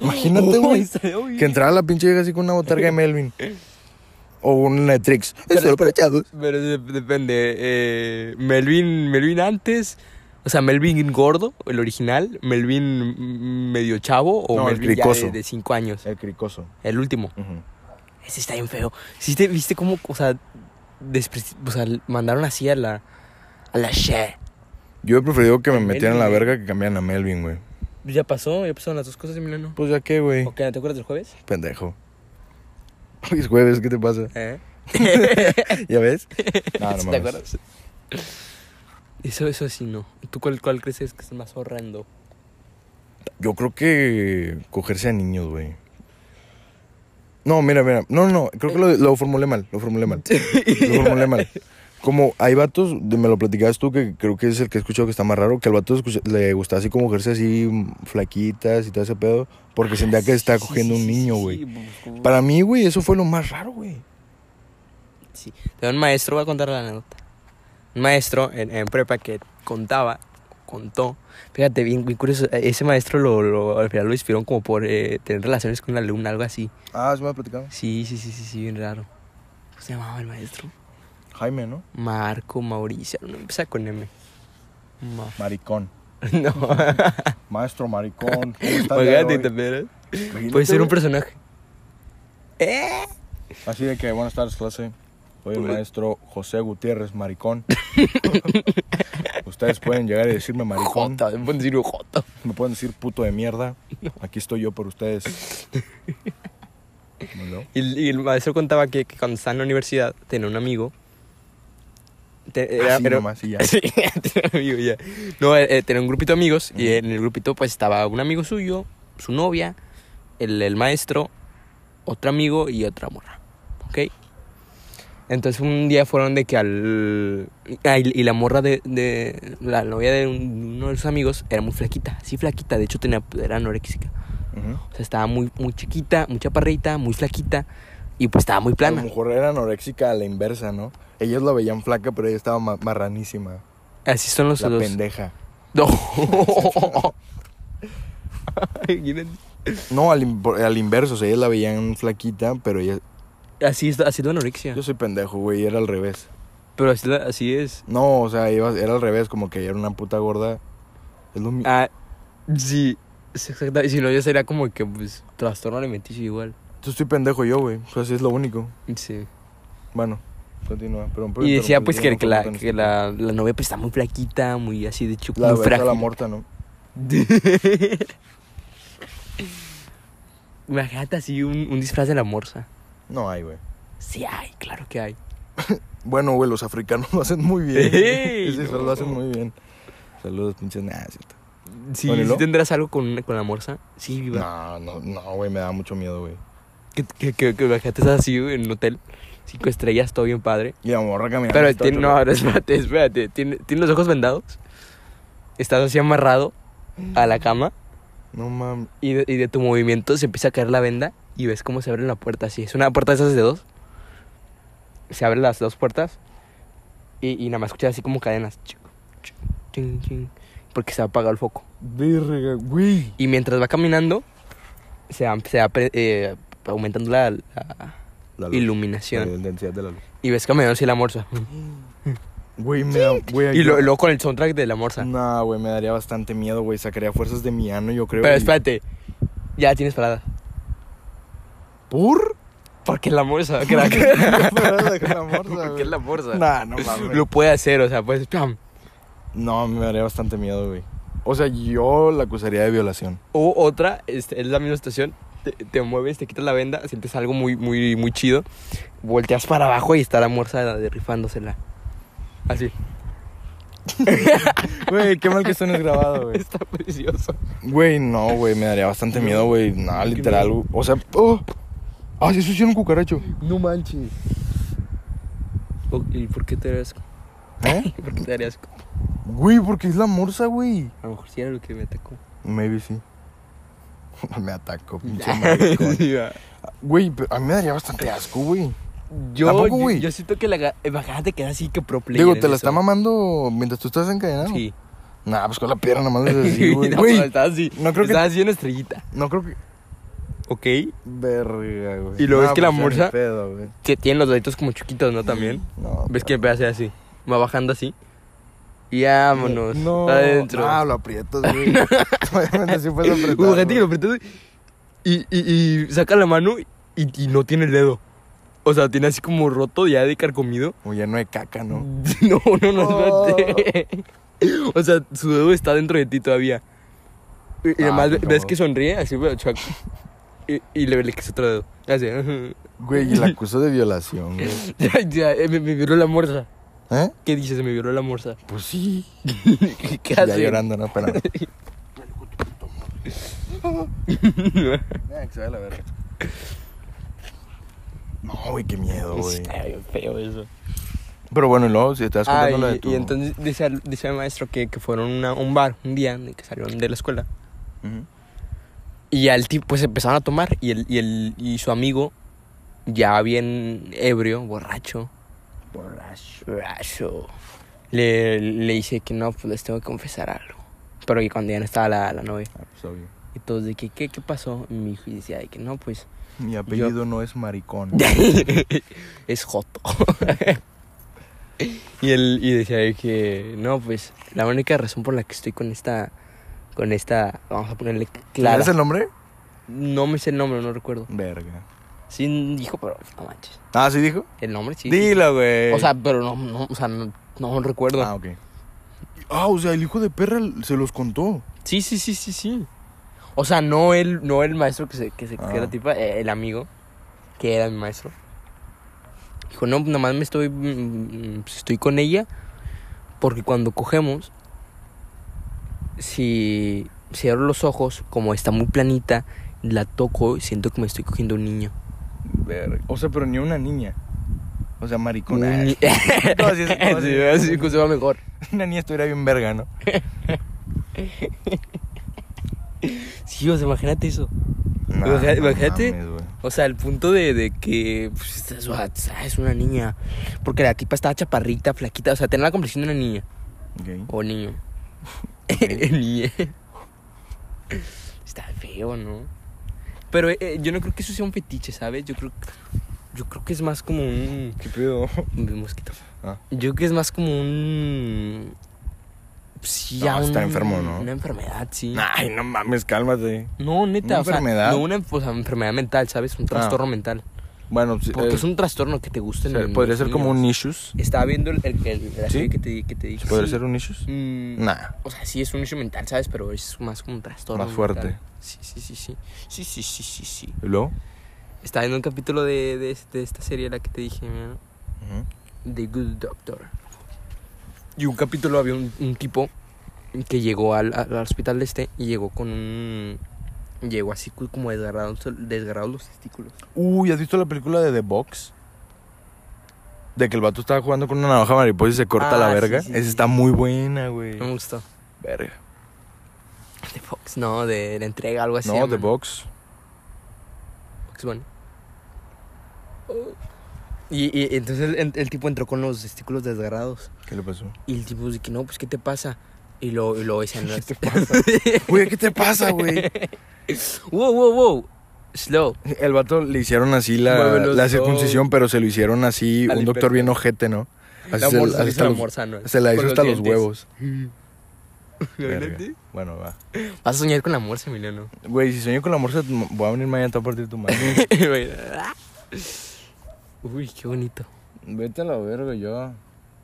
[SPEAKER 1] Imagínate, güey.
[SPEAKER 2] Estaría bien.
[SPEAKER 1] Que entrara la pinche vieja así con una botarga de Melvin. O una de Trix.
[SPEAKER 2] Pero-
[SPEAKER 1] Eso para chavos.
[SPEAKER 2] Pero de- depende. eh, Melvin, Melvin antes. O sea, Melvin gordo, el original. Melvin mm, medio chavo. O
[SPEAKER 1] No, el
[SPEAKER 2] Melvin ya de-
[SPEAKER 1] cricoso.
[SPEAKER 2] de 5 años.
[SPEAKER 1] El cricoso.
[SPEAKER 2] El último. Ese está bien feo. ¿Sí te, ¿Viste cómo, o sea, despre- o sea, mandaron así a la. A la share.
[SPEAKER 1] Yo he preferido que me metieran a la
[SPEAKER 2] Melvin, ¿eh? güey.
[SPEAKER 1] verga que cambiaran a Melvin, güey.
[SPEAKER 2] Ya pasó, ya pasaron las dos cosas, Emiliano.
[SPEAKER 1] Pues ya qué, güey.
[SPEAKER 2] Ok, ¿no te acuerdas del jueves?
[SPEAKER 1] Pendejo. Hoy es jueves, ¿qué te pasa?
[SPEAKER 2] ¿Eh?
[SPEAKER 1] ¿Ya ves? No, no
[SPEAKER 2] ¿Sí ¿Te
[SPEAKER 1] mames.
[SPEAKER 2] acuerdas? Eso, eso sí, no. ¿Tú cuál, cuál crees que es más horrendo?
[SPEAKER 1] Yo creo que cogerse a niños, güey. No, mira, mira. No, no, creo que lo, lo formulé mal, lo formulé mal. Lo formulé mal. Como hay vatos, de- me lo platicabas tú, que creo que es el que he escuchado que está más raro, que al vato escucha- le gusta así como cogerse así mm, flaquitas y todo ese pedo,
[SPEAKER 2] Ah,
[SPEAKER 1] porque sentía que está cogiendo un niño, güey.
[SPEAKER 2] pues,
[SPEAKER 1] Para mí, güey, eso fue lo más raro, güey.
[SPEAKER 2] Sí. Tenía un maestro, voy a contar la anécdota. Un maestro en, en prepa que contaba, contó. Fíjate, bien, bien curioso. eh, Ese maestro lo, lo- al final lo inspiró como por eh, tener relaciones con una alumna, algo así.
[SPEAKER 1] Ah, se me ha platicado.
[SPEAKER 2] Sí, sí, sí, sí, sí, bien raro. ¿Cómo se llamaba el maestro?
[SPEAKER 1] Jaime, ¿no?
[SPEAKER 2] Marco Mauricio. No empieza con M. Ma-
[SPEAKER 1] Maricón.
[SPEAKER 2] No.
[SPEAKER 1] Maestro maricón. ¿Cómo está el día de
[SPEAKER 2] Imagínate
[SPEAKER 1] hoy?
[SPEAKER 2] también, ¿eh?
[SPEAKER 1] Imagínate,
[SPEAKER 2] Puede ser
[SPEAKER 1] güey.
[SPEAKER 2] un personaje. ¿Eh?
[SPEAKER 1] Así de que, buenas tardes, clase. Soy el maestro José Gutiérrez Maricón. Ustedes pueden llegar y decirme maricón.
[SPEAKER 2] Jota, me pueden decir Jota.
[SPEAKER 1] Me pueden decir puto de mierda. Aquí estoy yo por ustedes. ¿No?
[SPEAKER 2] Y, el- y el maestro contaba que, que cuando estaba en la universidad tenía un amigo. Te- era-
[SPEAKER 1] Así
[SPEAKER 2] era-
[SPEAKER 1] Ah, nomás y ya.
[SPEAKER 2] Sí, tenía un amigo ya. No, eh, eh, tenía un grupito de amigos y en el grupito pues estaba un amigo suyo, su novia, el, el maestro, otro amigo y otra morra. ¿Ok? Entonces un día fueron de que al... ah, y, y la morra de, de- La novia de un- uno de sus amigos era muy flaquita, sí flaquita, de hecho tenía, era anoréxica.
[SPEAKER 1] Ujú.
[SPEAKER 2] O sea, estaba muy, muy chiquita, muy chaparrita, muy flaquita y pues estaba muy
[SPEAKER 1] A lo
[SPEAKER 2] plana.
[SPEAKER 1] mejor era anoréxica a la inversa, ¿no? Ellos la veían flaca, pero ella estaba ma- marranísima.
[SPEAKER 2] Así son los
[SPEAKER 1] La
[SPEAKER 2] dos.
[SPEAKER 1] pendeja.
[SPEAKER 2] No. Miren,
[SPEAKER 1] No, al, in- por- al inverso. O sea, ellos la veían flaquita, pero ella...
[SPEAKER 2] así es, así es la anorexia.
[SPEAKER 1] Yo soy pendejo, güey. Era al revés.
[SPEAKER 2] Pero así, la- así es.
[SPEAKER 1] No, o sea, iba- era al revés. Como que ella era una puta gorda. Es lo mismo.
[SPEAKER 2] Ah, sí. es exacta- Y si no, yo sería como que, pues, trastorno alimenticio igual.
[SPEAKER 1] Yo estoy pendejo yo, güey. O sea, sí es lo único.
[SPEAKER 2] Sí.
[SPEAKER 1] Bueno, continúa. Pero, pero-
[SPEAKER 2] Y decía,
[SPEAKER 1] pero-
[SPEAKER 2] pues,
[SPEAKER 1] yo
[SPEAKER 2] que,
[SPEAKER 1] no
[SPEAKER 2] que,
[SPEAKER 1] fui
[SPEAKER 2] la,
[SPEAKER 1] puta en
[SPEAKER 2] que
[SPEAKER 1] este-
[SPEAKER 2] la, la novia, pues, está muy flaquita, muy así, de hecho,
[SPEAKER 1] La
[SPEAKER 2] muy
[SPEAKER 1] Berta la
[SPEAKER 2] frágil.
[SPEAKER 1] Morta, ¿no?
[SPEAKER 2] Imagínate así un, un disfraz de la morsa.
[SPEAKER 1] No hay, güey.
[SPEAKER 2] Sí hay, claro que hay.
[SPEAKER 1] Bueno, güey, los africanos lo hacen muy bien. güey.
[SPEAKER 2] Ey,
[SPEAKER 1] Ese
[SPEAKER 2] no.
[SPEAKER 1] lo hacen muy bien. Saludos, pinches. Nah, es cierto.
[SPEAKER 2] Sí,
[SPEAKER 1] Bueno, ¿y
[SPEAKER 2] ¿sí
[SPEAKER 1] luego?
[SPEAKER 2] tendrás algo con, con la morsa? Sí, viva.
[SPEAKER 1] No, no, no, güey, me da mucho miedo, güey.
[SPEAKER 2] Que, que, que, que bajaste así güey, en un hotel. Cinco estrellas, todo bien padre.
[SPEAKER 1] Y la morra caminando.
[SPEAKER 2] Pero
[SPEAKER 1] está
[SPEAKER 2] tiene, no,
[SPEAKER 1] chula.
[SPEAKER 2] ahora espérate, espérate. Tiene, tiene los ojos vendados. Estás así amarrado a la cama.
[SPEAKER 1] No mames.
[SPEAKER 2] Y de, y de tu movimiento se empieza a caer la venda. Y ves cómo se abre la puerta así. Es una puerta de esas de dos. Se abren las dos puertas. Y, y nada más escuchas así como cadenas. Chic, chic, chin, chin, porque se ha apagado el foco.
[SPEAKER 1] Verga, güey.
[SPEAKER 2] Y mientras va caminando, se va, se va, pre- eh, aumentando la, la
[SPEAKER 1] La luz.
[SPEAKER 2] iluminación.
[SPEAKER 1] La densidad de la luz.
[SPEAKER 2] Y ves caminando así la morsa.
[SPEAKER 1] Güey, me da. Güey,
[SPEAKER 2] Y
[SPEAKER 1] yo-
[SPEAKER 2] lo- luego con el soundtrack de la morsa.
[SPEAKER 1] Nah, güey, me daría bastante miedo, güey. Sacaría fuerzas de mi ano, yo creo.
[SPEAKER 2] Pero
[SPEAKER 1] y-
[SPEAKER 2] espérate, ya tienes parada.
[SPEAKER 1] ¿Por?
[SPEAKER 2] Porque la morsa, crack.
[SPEAKER 1] Porque la morsa,
[SPEAKER 2] Porque
[SPEAKER 1] güey.
[SPEAKER 2] es la morsa. Pues
[SPEAKER 1] Nah, no mames.
[SPEAKER 2] Lo puede hacer, o sea, pues. ¡pam!
[SPEAKER 1] No, me daría bastante miedo, güey. O sea, yo la acusaría de violación.
[SPEAKER 2] O otra, este, es la misma situación. Te, te mueves, te quitas la venda, sientes algo muy, muy, muy chido. Volteas para abajo y está la morsa de- rifándosela. Así.
[SPEAKER 1] Güey, qué mal que esto no es grabado, güey.
[SPEAKER 2] Está precioso.
[SPEAKER 1] Güey, no, güey, me daría bastante miedo, güey. No, literal. güey. O sea, oh. Ah, sí, eso sí era un cucaracho.
[SPEAKER 2] No manches. ¿Y por qué te darías asco?
[SPEAKER 1] ¿Eh?
[SPEAKER 2] ¿Por qué te darías asco?
[SPEAKER 1] Güey, porque es la morsa, güey.
[SPEAKER 2] A lo mejor sí era lo que me atacó.
[SPEAKER 1] Maybe sí. me atacó, pinche maricón.
[SPEAKER 2] Sí, va.
[SPEAKER 1] Güey, pero a mí me daría bastante asco, güey.
[SPEAKER 2] Yo,
[SPEAKER 1] Tampoco,
[SPEAKER 2] yo-
[SPEAKER 1] güey.
[SPEAKER 2] yo siento que la ga- imagínate que era así que pro player
[SPEAKER 1] Digo,
[SPEAKER 2] en
[SPEAKER 1] te la
[SPEAKER 2] eso.
[SPEAKER 1] está mamando mientras tú estás encadenado.
[SPEAKER 2] Sí.
[SPEAKER 1] Nah, pues con la pierna nomás le así, güey.
[SPEAKER 2] No,
[SPEAKER 1] Güey,
[SPEAKER 2] pero estaba así.
[SPEAKER 1] no creo que-
[SPEAKER 2] Estaba así en estrellita.
[SPEAKER 1] no creo que.
[SPEAKER 2] Ok.
[SPEAKER 1] Verga, güey.
[SPEAKER 2] Y luego
[SPEAKER 1] No,
[SPEAKER 2] es que la
[SPEAKER 1] pues, ya
[SPEAKER 2] morsa-
[SPEAKER 1] ni pedo, güey.
[SPEAKER 2] Que tienen los deditos como chiquitos, ¿no? También.
[SPEAKER 1] No.
[SPEAKER 2] ¿Ves que empieza a hacer así? Va bajando así. Y vámonos.
[SPEAKER 1] No.
[SPEAKER 2] Adentro.
[SPEAKER 1] Ah, lo aprietas, güey. Obviamente sí puedes apretar.
[SPEAKER 2] Uh, fíjate
[SPEAKER 1] güey.
[SPEAKER 2] que lo apretas y, y, y saca la mano y, y no tiene el dedo. O sea, tiene así como roto ya de carcomido.
[SPEAKER 1] O lleno de caca, ¿no?
[SPEAKER 2] No, no, no,
[SPEAKER 1] Oh.
[SPEAKER 2] espérate. O sea, su dedo está dentro de ti todavía. Y, y
[SPEAKER 1] Ah,
[SPEAKER 2] además
[SPEAKER 1] qué
[SPEAKER 2] ve- ves
[SPEAKER 1] incómodo.
[SPEAKER 2] que sonríe, así, pero chuaco. Y, y le le quita otro dedo. Así.
[SPEAKER 1] Güey, y la acusó de violación, güey.
[SPEAKER 2] Ya, ya, eh, me, me violó la morsa.
[SPEAKER 1] ¿Eh?
[SPEAKER 2] ¿Qué dices? Me violó la morsa.
[SPEAKER 1] Pues sí.
[SPEAKER 2] ¿Qué
[SPEAKER 1] Ya
[SPEAKER 2] hace?
[SPEAKER 1] llorando, ¿no? Pero. Ya, que se vaya a la verga. No, güey, qué miedo,
[SPEAKER 2] Sí,
[SPEAKER 1] güey.
[SPEAKER 2] está bien feo eso.
[SPEAKER 1] Pero bueno, y luego, si estás
[SPEAKER 2] Ah,
[SPEAKER 1] contando la de
[SPEAKER 2] y,
[SPEAKER 1] tu...
[SPEAKER 2] y entonces decía, decía el maestro que, que fueron a un bar un día que salieron de la escuela.
[SPEAKER 1] Ujú.
[SPEAKER 2] Y al tipo, pues empezaron a tomar. Y, el, y, el, y su amigo, ya bien ebrio, borracho. Borracho. Le, le dice que no, pues les tengo que confesar algo. Pero que cuando ya no estaba la, la novia.
[SPEAKER 1] Ah, pues obvio.
[SPEAKER 2] Y todos de que, ¿qué, qué pasó? Y mi hijo decía de que no, pues
[SPEAKER 1] Mi apellido no es maricón.
[SPEAKER 2] es Joto. y él y decía de que no, pues la única razón por la que estoy con esta, con esta, vamos a ponerle clara.
[SPEAKER 1] ¿Es el nombre?
[SPEAKER 2] No me sé el nombre, no recuerdo.
[SPEAKER 1] Verga.
[SPEAKER 2] Sí dijo, pero no manches.
[SPEAKER 1] Ah, ¿sí dijo?
[SPEAKER 2] El nombre sí.
[SPEAKER 1] Dilo, güey.
[SPEAKER 2] O sea, pero no, no, o sea, no, no recuerdo.
[SPEAKER 1] Ah, ok. Ah, o sea, el hijo de perra se los contó.
[SPEAKER 2] Sí, sí, sí, sí, sí. O sea, no el, no el maestro que se, que se que
[SPEAKER 1] Ah.
[SPEAKER 2] era tipa, eh, el amigo, que era mi maestro. Dijo, no, pues, nomás me estoy, mm, mm, pues, estoy con ella, porque cuando cogemos, si cierro los ojos, como está muy planita, la toco, siento que me estoy cogiendo un niño.
[SPEAKER 1] Verga. O sea, pero ni una niña. O sea, maricón.
[SPEAKER 2] Un ni-
[SPEAKER 1] Ay, No, así es- no, así
[SPEAKER 2] Sí,
[SPEAKER 1] es.
[SPEAKER 2] así es que se va mejor.
[SPEAKER 1] Una niña estuviera bien verga, ¿no?
[SPEAKER 2] Sí, o sea, imagínate eso.
[SPEAKER 1] Nah,
[SPEAKER 2] Imagina-
[SPEAKER 1] no
[SPEAKER 2] imagínate.
[SPEAKER 1] mames, güey.
[SPEAKER 2] O sea, el punto de, de que pues, esta es, una- es una niña. Porque la tipa estaba chaparrita, flaquita. O sea, tenía la complexión de una niña.
[SPEAKER 1] Ok.
[SPEAKER 2] O niño.
[SPEAKER 1] Ok.
[SPEAKER 2] niña. Está feo, ¿no? Pero eh, yo no creo que eso sea un fetiche, ¿sabes? Yo creo, yo creo que es más como un...
[SPEAKER 1] ¿Qué pedo?
[SPEAKER 2] Un mosquito.
[SPEAKER 1] Ah.
[SPEAKER 2] Yo creo que es más como un... Sí,
[SPEAKER 1] No,
[SPEAKER 2] ya
[SPEAKER 1] está
[SPEAKER 2] un-
[SPEAKER 1] enfermo, ¿no?
[SPEAKER 2] Una enfermedad, sí.
[SPEAKER 1] Ay, no mames, cálmate.
[SPEAKER 2] No, neta,
[SPEAKER 1] ¿Una
[SPEAKER 2] o sea,
[SPEAKER 1] enfermedad? Ah.
[SPEAKER 2] no una o sea, enfermedad mental, ¿sabes? Un trastorno mental.
[SPEAKER 1] Bueno, pues,
[SPEAKER 2] Porque
[SPEAKER 1] eh,
[SPEAKER 2] es un trastorno que te gusta.
[SPEAKER 1] o
[SPEAKER 2] en
[SPEAKER 1] sea,
[SPEAKER 2] los
[SPEAKER 1] podría ser como
[SPEAKER 2] niños.
[SPEAKER 1] un issues.
[SPEAKER 2] Estaba viendo el, el, el- la
[SPEAKER 1] ¿Sí?
[SPEAKER 2] serie que te, di- que te dije.
[SPEAKER 1] ¿Podría
[SPEAKER 2] sí.
[SPEAKER 1] ser un issues?
[SPEAKER 2] Mm,
[SPEAKER 1] Nah.
[SPEAKER 2] O sea, sí es un issue mental, ¿sabes? Pero es más como un trastorno.
[SPEAKER 1] Más fuerte.
[SPEAKER 2] mental. Sí, sí, sí, sí. Sí, sí, sí, sí, sí.
[SPEAKER 1] ¿Y luego?
[SPEAKER 2] Estaba viendo un capítulo de, de, de esta serie, la que te dije, mira, The Good Doctor. Y un capítulo había un, un tipo que llegó al, al hospital de este y llegó con un... Llegó así cu- como desgarrado, desgarrado los testículos.
[SPEAKER 1] Uy, ¿has visto la película de The Box? De que el vato estaba jugando con una navaja mariposa y se corta
[SPEAKER 2] Ah,
[SPEAKER 1] la
[SPEAKER 2] sí,
[SPEAKER 1] verga.
[SPEAKER 2] sí,
[SPEAKER 1] Esa
[SPEAKER 2] sí.
[SPEAKER 1] está muy buena, güey.
[SPEAKER 2] No me gustó.
[SPEAKER 1] Verga.
[SPEAKER 2] De Fox, no, de la entrega, algo así.
[SPEAKER 1] No, The
[SPEAKER 2] de
[SPEAKER 1] Box.
[SPEAKER 2] Fox, bueno. Y, y entonces el, el tipo entró con los testículos desgarrados.
[SPEAKER 1] ¿Qué le pasó?
[SPEAKER 2] Y el tipo dice que no, pues ¿qué te pasa? Y lo, y lo dicen.
[SPEAKER 1] ¿Qué te pasa? Güey, ¿qué te pasa, güey?
[SPEAKER 2] wow, wow, wow. Slow.
[SPEAKER 1] El vato le hicieron así la,
[SPEAKER 2] Muévelos
[SPEAKER 1] la
[SPEAKER 2] todos.
[SPEAKER 1] circuncisión, pero se lo hicieron así.
[SPEAKER 2] Al
[SPEAKER 1] un doctor
[SPEAKER 2] imper-
[SPEAKER 1] bien ojete, ¿no? Así
[SPEAKER 2] La
[SPEAKER 1] se,
[SPEAKER 2] morsa,
[SPEAKER 1] así
[SPEAKER 2] dice
[SPEAKER 1] hasta
[SPEAKER 2] la
[SPEAKER 1] los-
[SPEAKER 2] morsa, ¿no?
[SPEAKER 1] se la hizo
[SPEAKER 2] Con
[SPEAKER 1] hasta los
[SPEAKER 2] dientes.
[SPEAKER 1] huevos.
[SPEAKER 2] Imagínate.
[SPEAKER 1] Verga. Bueno, va.
[SPEAKER 2] Vas a soñar con la morsa, Emiliano.
[SPEAKER 1] Güey, si sueño con la morsa, voy a venir mañana a partir tu madre.
[SPEAKER 2] Uy, qué bonito.
[SPEAKER 1] Vete a la verga, yo.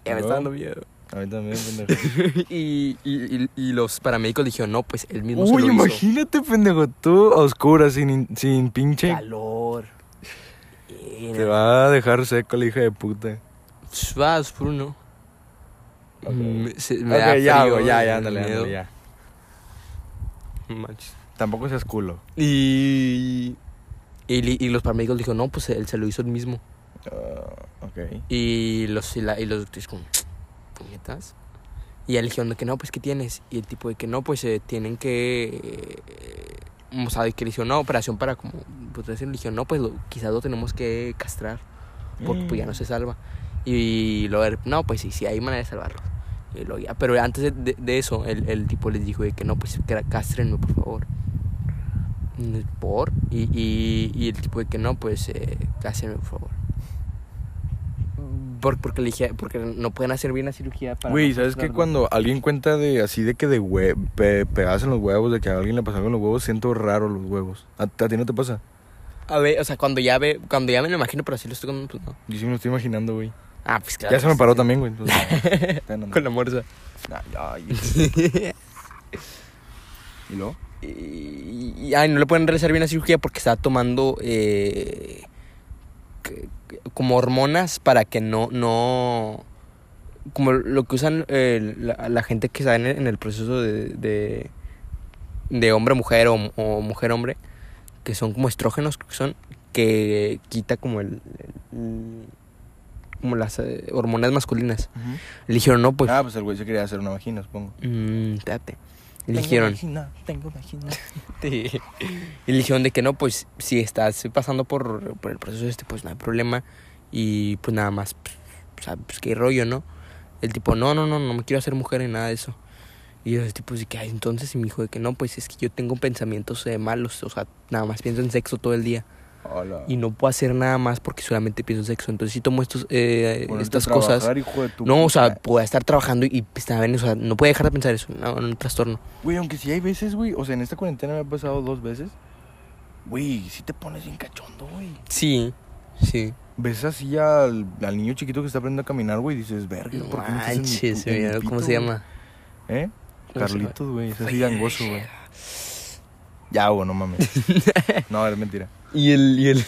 [SPEAKER 2] Ya me está dando miedo.
[SPEAKER 1] A mí también, pendejo.
[SPEAKER 2] y, y, y, y los paramédicos dijeron, no, pues él mismo se
[SPEAKER 1] Uy,
[SPEAKER 2] lo hizo.
[SPEAKER 1] imagínate, pendejo, tú a oscuras, sin, in- sin pinche.
[SPEAKER 2] Calor.
[SPEAKER 1] Te va a dejar seco la hija de puta.
[SPEAKER 2] Vas por uno.
[SPEAKER 1] Ok.
[SPEAKER 2] Me, se- me da
[SPEAKER 1] Ok, ya,
[SPEAKER 2] frío,
[SPEAKER 1] güey, ya, ya,
[SPEAKER 2] me da
[SPEAKER 1] ándale, ándale,
[SPEAKER 2] miedo.
[SPEAKER 1] ya.
[SPEAKER 2] No manches.
[SPEAKER 1] Tampoco seas culo.
[SPEAKER 2] Y, y, li- y los paramédicos dijeron, no, pues él se lo hizo él mismo.
[SPEAKER 1] Ah, ok.
[SPEAKER 2] Y los, y la- y los doctores como, puñetas. Y él dijeron de que no, pues, ¿qué tienes? Y el tipo de que no, pues, eh, tienen que... eh, o sea, de que le hicieron una operación para como... Pues, le dijeron, no, pues, lo- quizás lo tenemos que castrar. Porque, pues, ya no se salva. Y lo no, pues, sí, sí, hay manera de salvarlo. Y lo, ya, pero antes de, de- de eso, el, el tipo les dijo de que no, pues, que castrenme, por favor. Y, ¿Por? Y, y, y el tipo de que no, pues, eh, castrenme, por favor. Por- porque, le dije- porque no pueden hacer bien la cirugía para...
[SPEAKER 1] Güey,
[SPEAKER 2] no
[SPEAKER 1] ¿sabes qué?
[SPEAKER 2] castrarlo.
[SPEAKER 1] Cuando alguien cuenta de así de que de hue pe- pegadas en los huevos, de que a alguien le pasó algo en los huevos, siento raro los huevos. ¿A, a ti no te pasa?
[SPEAKER 2] A ver, o sea, cuando ya ve, cuando ya me lo imagino, pero así lo estoy contando, pues no.
[SPEAKER 1] Yo sí me lo estoy imaginando, güey.
[SPEAKER 2] Ah, pues claro.
[SPEAKER 1] Ya se me paró también, güey. entonces, está en onda.
[SPEAKER 2] Con la morsa.
[SPEAKER 1] Ay, ay. ¿Y luego?
[SPEAKER 2] Y, y- ay, no le pueden realizar bien la cirugía porque está tomando eh, que- que- como hormonas para que no, no, como lo que usan eh, la, la gente que está en el, en el proceso de, de, de hombre a mujer o, o mujer a hombre, que son como estrógenos, creo que son, que quita como el, el- como las eh, hormonas masculinas. Le dijeron, no, pues.
[SPEAKER 1] ah, pues el güey se quería hacer una vagina, supongo.
[SPEAKER 2] mm, espérate. Y
[SPEAKER 1] Tengo
[SPEAKER 2] le dijeron.
[SPEAKER 1] vagina, tengo vagina.
[SPEAKER 2] este, y le dijeron de que no, pues si estás pasando por, por el proceso este, pues no hay problema. Y pues nada más, pues, o sea, pues, qué rollo, ¿no? El tipo, no, no, no, no me quiero hacer mujer ni nada de eso. Y yo, tipo, sí que, ay, entonces, y me dijo de que no, pues es que yo tengo pensamientos eh, malos, o sea, nada más pienso en sexo todo el día.
[SPEAKER 1] Hola.
[SPEAKER 2] Y no puedo hacer nada más porque solamente pienso en sexo. Entonces, si tomo estos, eh,
[SPEAKER 1] Ponerte a
[SPEAKER 2] estas cosas.
[SPEAKER 1] trabajar, hijo de tu
[SPEAKER 2] No, o sea,
[SPEAKER 1] puta.
[SPEAKER 2] pueda estar trabajando y, y estar en- o sea, no puede dejar de pensar eso, no, en un trastorno.
[SPEAKER 1] Güey, aunque sí hay veces, güey. O sea, en esta cuarentena me ha pasado dos veces. Güey, sí te pones bien cachondo, güey.
[SPEAKER 2] Sí, sí.
[SPEAKER 1] Ves así al, al niño chiquito que está aprendiendo a caminar, güey, y dices, verga,
[SPEAKER 2] No
[SPEAKER 1] ¿por qué no estás en mi
[SPEAKER 2] manches,
[SPEAKER 1] pu- en mi
[SPEAKER 2] mira, ¿cómo
[SPEAKER 1] pito,
[SPEAKER 2] se
[SPEAKER 1] güey?"
[SPEAKER 2] llama?
[SPEAKER 1] ¿Eh?
[SPEAKER 2] ¿Cómo se llama?
[SPEAKER 1] Carlitos, güey, es así gangoso, güey. Ya, güey, no mames. No, es mentira.
[SPEAKER 2] Y el, y el...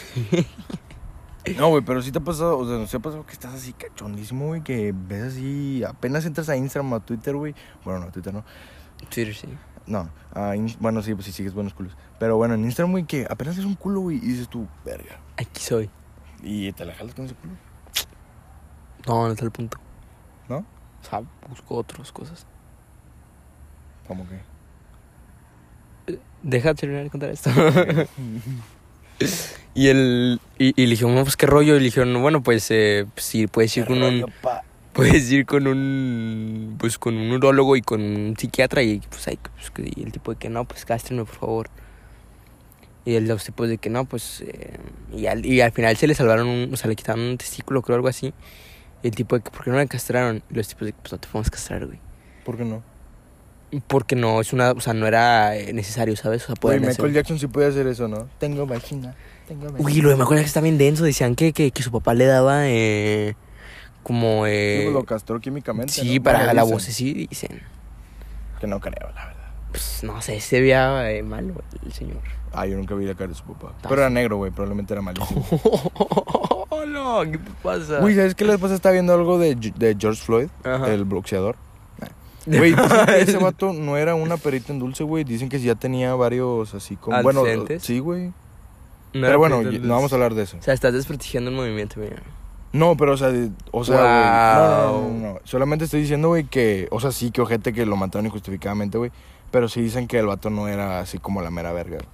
[SPEAKER 1] No, güey, pero sí te ha pasado, o sea, no se ha pasado que estás así cachondísimo, güey, que ves así, apenas entras a Instagram o a Twitter, güey. Bueno, no, a Twitter no.
[SPEAKER 2] Twitter, sí.
[SPEAKER 1] No, a In- bueno, sí, pues sí sigues buenos culos. Pero bueno, en Instagram, güey, que apenas es un culo, güey, y dices tú, verga.
[SPEAKER 2] Aquí soy.
[SPEAKER 1] Y te la jalas con ese culo.
[SPEAKER 2] No, no está el punto.
[SPEAKER 1] ¿No?
[SPEAKER 2] O sea, busco otras cosas.
[SPEAKER 1] ¿Cómo que?
[SPEAKER 2] Deja de terminar de contar esto. y el... Y, y le dijeron, no, pues qué rollo. Y le dijeron, bueno, pues, eh, pues, sí, puedes ir con un... Puedes ir con un... Pues con un urólogo y con un psiquiatra. Y pues, hay, pues, que- y el tipo de que no, pues cástrenme, por favor. Y el- los tipos de que no, pues... eh, y, al, y al final se le salvaron, un- o sea, le quitaron un testículo, creo, algo así. Y el tipo de que, ¿por qué no le castraron? Y los tipos de que, pues no te podemos castrar, güey.
[SPEAKER 1] ¿Por qué no?
[SPEAKER 2] Porque no es una, o sea, no era eh, necesario, ¿sabes? O sea,
[SPEAKER 1] Güey,
[SPEAKER 2] pueden
[SPEAKER 1] Michael
[SPEAKER 2] hacer.
[SPEAKER 1] Jackson sí puede hacer eso, ¿no? Tengo vagina, tengo vagina.
[SPEAKER 2] Uy, lo de Michael Jackson está bien denso. Decían que, que, que su papá le daba eh, como...
[SPEAKER 1] Sí,
[SPEAKER 2] Eh,
[SPEAKER 1] pues, lo castró químicamente.
[SPEAKER 2] sí,
[SPEAKER 1] ¿no?
[SPEAKER 2] para
[SPEAKER 1] Bueno,
[SPEAKER 2] la
[SPEAKER 1] dicen
[SPEAKER 2] voz, sí, dicen.
[SPEAKER 1] Que no creo, la verdad.
[SPEAKER 2] Pues no sé, se veía eh, mal güey, el señor.
[SPEAKER 1] Ah, yo nunca vi la cara de su papá.
[SPEAKER 2] Está
[SPEAKER 1] Pero era negro, güey, probablemente era malísimo.
[SPEAKER 2] no, ¿qué te pasa?
[SPEAKER 1] Güey, ¿sabes qué la esposa está viendo algo de, de George Floyd?
[SPEAKER 2] Ajá.
[SPEAKER 1] El boxeador. Güey, dicen que ese vato no era una perita en dulce, güey. Dicen que sí ya tenía varios así como. Bueno,
[SPEAKER 2] ¿Antecedentes?
[SPEAKER 1] sí, güey.
[SPEAKER 2] No era
[SPEAKER 1] Pero bueno,
[SPEAKER 2] Peter
[SPEAKER 1] no vamos a hablar de eso.
[SPEAKER 2] O sea, estás desprestigiando el movimiento, mira.
[SPEAKER 1] No, pero o sea, de- o sea, güey.
[SPEAKER 2] Wow.
[SPEAKER 1] No, no, no, no. Solamente estoy diciendo, güey, que. O sea, sí, que ojete que lo mataron injustificadamente, güey. Pero sí dicen que el vato no era así como la mera verga. güey.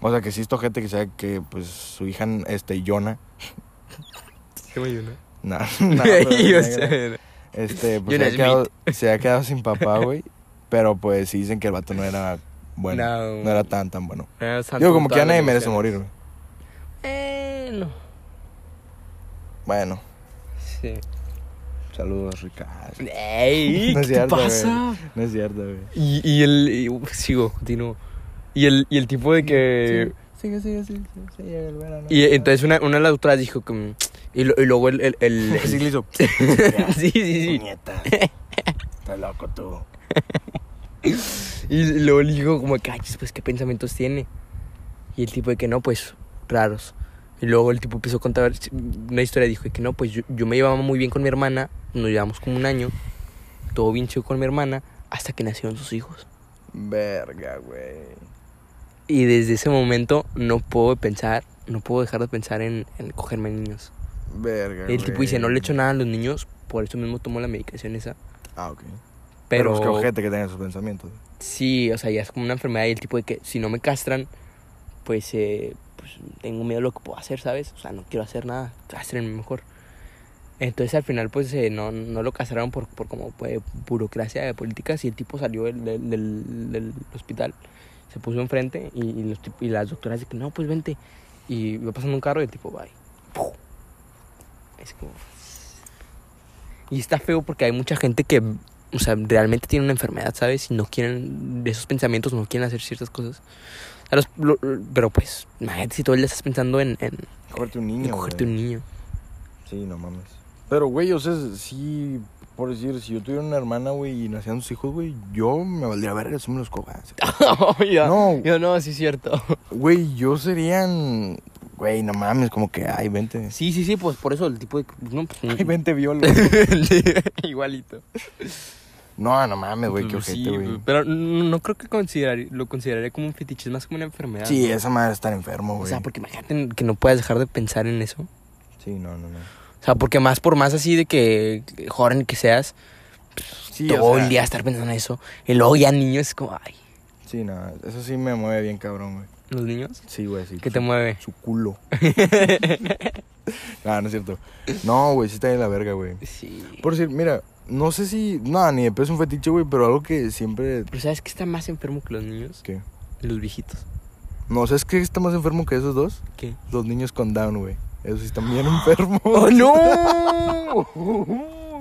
[SPEAKER 1] O sea, que sí, esta ojete que sea que, pues, su hija, este, Yona.
[SPEAKER 2] ¿Qué me ayuda?
[SPEAKER 1] Nah,
[SPEAKER 2] No,
[SPEAKER 1] nah,
[SPEAKER 2] yo
[SPEAKER 1] pero-
[SPEAKER 2] sé.
[SPEAKER 1] Este, pues se
[SPEAKER 2] Yona
[SPEAKER 1] ha,
[SPEAKER 2] Smith.
[SPEAKER 1] quedado, se ha quedado sin papá, güey. Pero pues sí dicen que el vato no era bueno.
[SPEAKER 2] No.
[SPEAKER 1] No, era tan, tan bueno.
[SPEAKER 2] Ah, santo
[SPEAKER 1] Digo, como que
[SPEAKER 2] todas
[SPEAKER 1] ya nadie
[SPEAKER 2] las
[SPEAKER 1] merece
[SPEAKER 2] emociones.
[SPEAKER 1] morir, güey.
[SPEAKER 2] Eh, no.
[SPEAKER 1] Bueno,
[SPEAKER 2] Sí.
[SPEAKER 1] saludos, Ricardo.
[SPEAKER 2] Ey,
[SPEAKER 1] No
[SPEAKER 2] ¿qué
[SPEAKER 1] es
[SPEAKER 2] te
[SPEAKER 1] cierto, güey.
[SPEAKER 2] pasa?
[SPEAKER 1] No es cierto, güey.
[SPEAKER 2] Y, y el. y- uf, sigo, continúo. Y el, y el tipo de que.
[SPEAKER 1] Sigue, sigue, sigue, sigue, se llega el verano.
[SPEAKER 2] Eh, Y entonces una, una de las doctoras dijo que. mm, Y, lo- y luego el. el, el- el-
[SPEAKER 1] Así le hizo.
[SPEAKER 2] sí, sí, sí.
[SPEAKER 1] Puñetas. Estás loco tú.
[SPEAKER 2] Y luego le dijo, como, cachis, pues, ¿qué pensamientos tiene? Y el tipo de que no, pues, raros. Y luego el tipo empezó a contar una historia. Dijo de que no, pues, yo, yo me llevaba muy bien con mi hermana. Nos llevamos como un año. Todo bien chido con mi hermana. Hasta que nacieron sus hijos.
[SPEAKER 1] Verga, güey.
[SPEAKER 2] Y desde ese momento no puedo pensar, no puedo dejar de pensar en, en cogerme niños.
[SPEAKER 1] Verga,
[SPEAKER 2] el tipo dice, no le echo nada a los niños, por eso mismo tomo la medicación esa.
[SPEAKER 1] Ah, ok. Pero,
[SPEAKER 2] Pero,
[SPEAKER 1] pues, qué ojete que tenga esos pensamientos.
[SPEAKER 2] sí, o sea, ya es como una enfermedad y el tipo de que si no me castran, pues, eh, pues tengo miedo de lo que puedo hacer, ¿sabes? O sea, no quiero hacer nada, castrenme mejor. Entonces al final pues eh, no, no lo castraron por, por como pues, burocracia de políticas y el tipo salió del, del- del- del hospital, se puso enfrente y, y los tip- y las doctoras dicen, no, pues vente. Y va pasando un carro y el tipo va ahí. ¡puf! Es como... Y está feo porque hay mucha gente que, o sea, realmente tiene una enfermedad, ¿sabes? Y no quieren, de esos pensamientos no quieren hacer ciertas cosas. A los- lo- lo- pero pues, imagínate si todo el día estás pensando en, en,
[SPEAKER 1] Cogerte un
[SPEAKER 2] en
[SPEAKER 1] niño.
[SPEAKER 2] cogerte
[SPEAKER 1] güey.
[SPEAKER 2] un niño.
[SPEAKER 1] Sí, no mames. Pero, güey, o sea, sí, por decir, si yo tuviera una hermana, güey, y nacían sus hijos, güey, yo me valdría verga si me los cojas.
[SPEAKER 2] yo,
[SPEAKER 1] No.
[SPEAKER 2] Oh, yo no, sí es cierto.
[SPEAKER 1] Güey, yo serían. Güey, no mames, como que, ay, vente.
[SPEAKER 2] Sí, sí, sí, pues por eso el tipo de... No, pues,
[SPEAKER 1] Ay, vente, violo.
[SPEAKER 2] Igualito.
[SPEAKER 1] No, no mames, Eh, güey, qué
[SPEAKER 2] Pues,
[SPEAKER 1] ojete,
[SPEAKER 2] sí,
[SPEAKER 1] güey.
[SPEAKER 2] Pero no, no creo que considerar, lo consideraría como un fetiche, es más como una enfermedad.
[SPEAKER 1] Sí,
[SPEAKER 2] ¿no?
[SPEAKER 1] esa madre está enfermo, güey.
[SPEAKER 2] O sea, porque imagínate que no puedas dejar de pensar en eso.
[SPEAKER 1] Sí, no, no, no.
[SPEAKER 2] O sea, porque más por más así de que joven que seas,
[SPEAKER 1] Sí,
[SPEAKER 2] todo
[SPEAKER 1] o sea,
[SPEAKER 2] el día estar pensando en eso. Y luego ya niños es como, ay,
[SPEAKER 1] Sí, nada, eso sí me mueve bien cabrón, güey.
[SPEAKER 2] los niños.
[SPEAKER 1] Sí, güey, sí.
[SPEAKER 2] ¿Qué te mueve?
[SPEAKER 1] Su culo. ah, no es cierto. No, güey, sí está de la verga, güey.
[SPEAKER 2] Sí.
[SPEAKER 1] Por decir, mira, no sé si. Nada, ni de peso un fetiche, güey, pero algo que siempre.
[SPEAKER 2] Pero ¿sabes qué está más enfermo que los niños?
[SPEAKER 1] ¿Qué?
[SPEAKER 2] Los viejitos.
[SPEAKER 1] No, ¿sabes qué está más enfermo que esos dos?
[SPEAKER 2] ¿Qué?
[SPEAKER 1] Los niños con Down, güey. Esos sí están bien enfermos.
[SPEAKER 2] ¡Oh, no!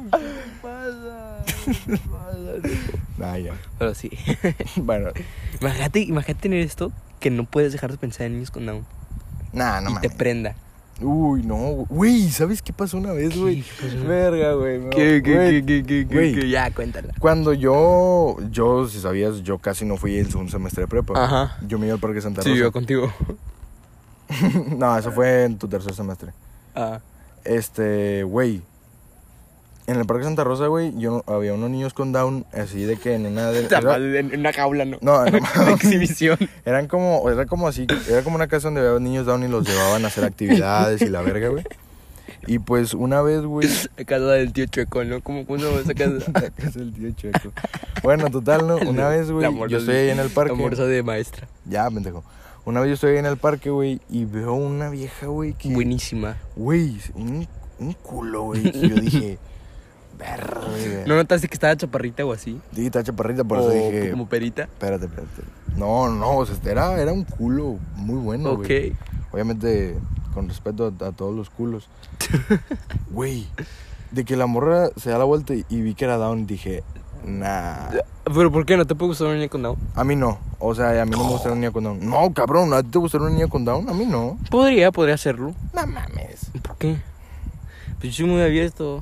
[SPEAKER 2] ¿Qué pasa?
[SPEAKER 1] Nah, ya.
[SPEAKER 2] Pero sí.
[SPEAKER 1] Bueno,
[SPEAKER 2] Imagínate, imagínate tener esto que no puedes dejar de pensar en niños con Down.
[SPEAKER 1] nada, no
[SPEAKER 2] y te
[SPEAKER 1] mames.
[SPEAKER 2] prenda.
[SPEAKER 1] Uy, no, güey. Güey, ¿sabes qué pasó una vez, güey?
[SPEAKER 2] ¿Qué pasó?
[SPEAKER 1] Verga, güey. no, güey.
[SPEAKER 2] qué, qué,
[SPEAKER 1] qué, qué?
[SPEAKER 2] Ya, cuéntala.
[SPEAKER 1] Cuando yo, yo, si sabías, yo casi no fui en un semestre de prepa.
[SPEAKER 2] Ajá.
[SPEAKER 1] Yo me iba al Parque Santa Rosa.
[SPEAKER 2] Sí, yo contigo.
[SPEAKER 1] no, eso fue en tu tercer semestre.
[SPEAKER 2] Ah,
[SPEAKER 1] Este, güey. En el Parque Santa Rosa, güey, yo no- había unos niños con Down, así de que en una de...
[SPEAKER 2] está
[SPEAKER 1] era-
[SPEAKER 2] mal, en una jaula, ¿no?
[SPEAKER 1] no, no,
[SPEAKER 2] De exhibición.
[SPEAKER 1] eran como, era como así, era como una casa donde había niños Down y los llevaban a hacer actividades y la verga, güey. Y pues una vez, güey,
[SPEAKER 2] La casa del tío Chueco, ¿no? ¿Cómo, cómo se llama esa casa?
[SPEAKER 1] La casa del tío Chueco. Bueno, total, ¿no? Una vez, güey,
[SPEAKER 2] La morsa
[SPEAKER 1] yo estoy
[SPEAKER 2] de-
[SPEAKER 1] ahí en el parque.
[SPEAKER 2] La morsa de maestra.
[SPEAKER 1] Ya, pendejo. Una vez yo estoy ahí en el parque, güey, y veo una vieja, güey, que...
[SPEAKER 2] Buenísima.
[SPEAKER 1] Güey, un, un culo, güey. que yo dije, verga.
[SPEAKER 2] ¿No notaste que estaba chaparrita o así?
[SPEAKER 1] Sí, está chaparrita, por eso
[SPEAKER 2] o
[SPEAKER 1] dije,
[SPEAKER 2] como perita.
[SPEAKER 1] espérate, espérate. No, no, o sea, era, era un culo muy bueno,
[SPEAKER 2] ok.
[SPEAKER 1] güey. Obviamente, con respeto a, a todos los culos. Güey, de que la morra se da la vuelta y, y vi que era down, dije, nah.
[SPEAKER 2] ¿Pero por qué no te puede gustar un niño con Down?
[SPEAKER 1] A mí no. O sea, a mí no me gusta una niña con down. No, cabrón, ¿a ti te gustaría una niña con down? A mí no.
[SPEAKER 2] Podría, podría hacerlo.
[SPEAKER 1] No mames.
[SPEAKER 2] ¿Por qué? Pues yo soy muy abierto.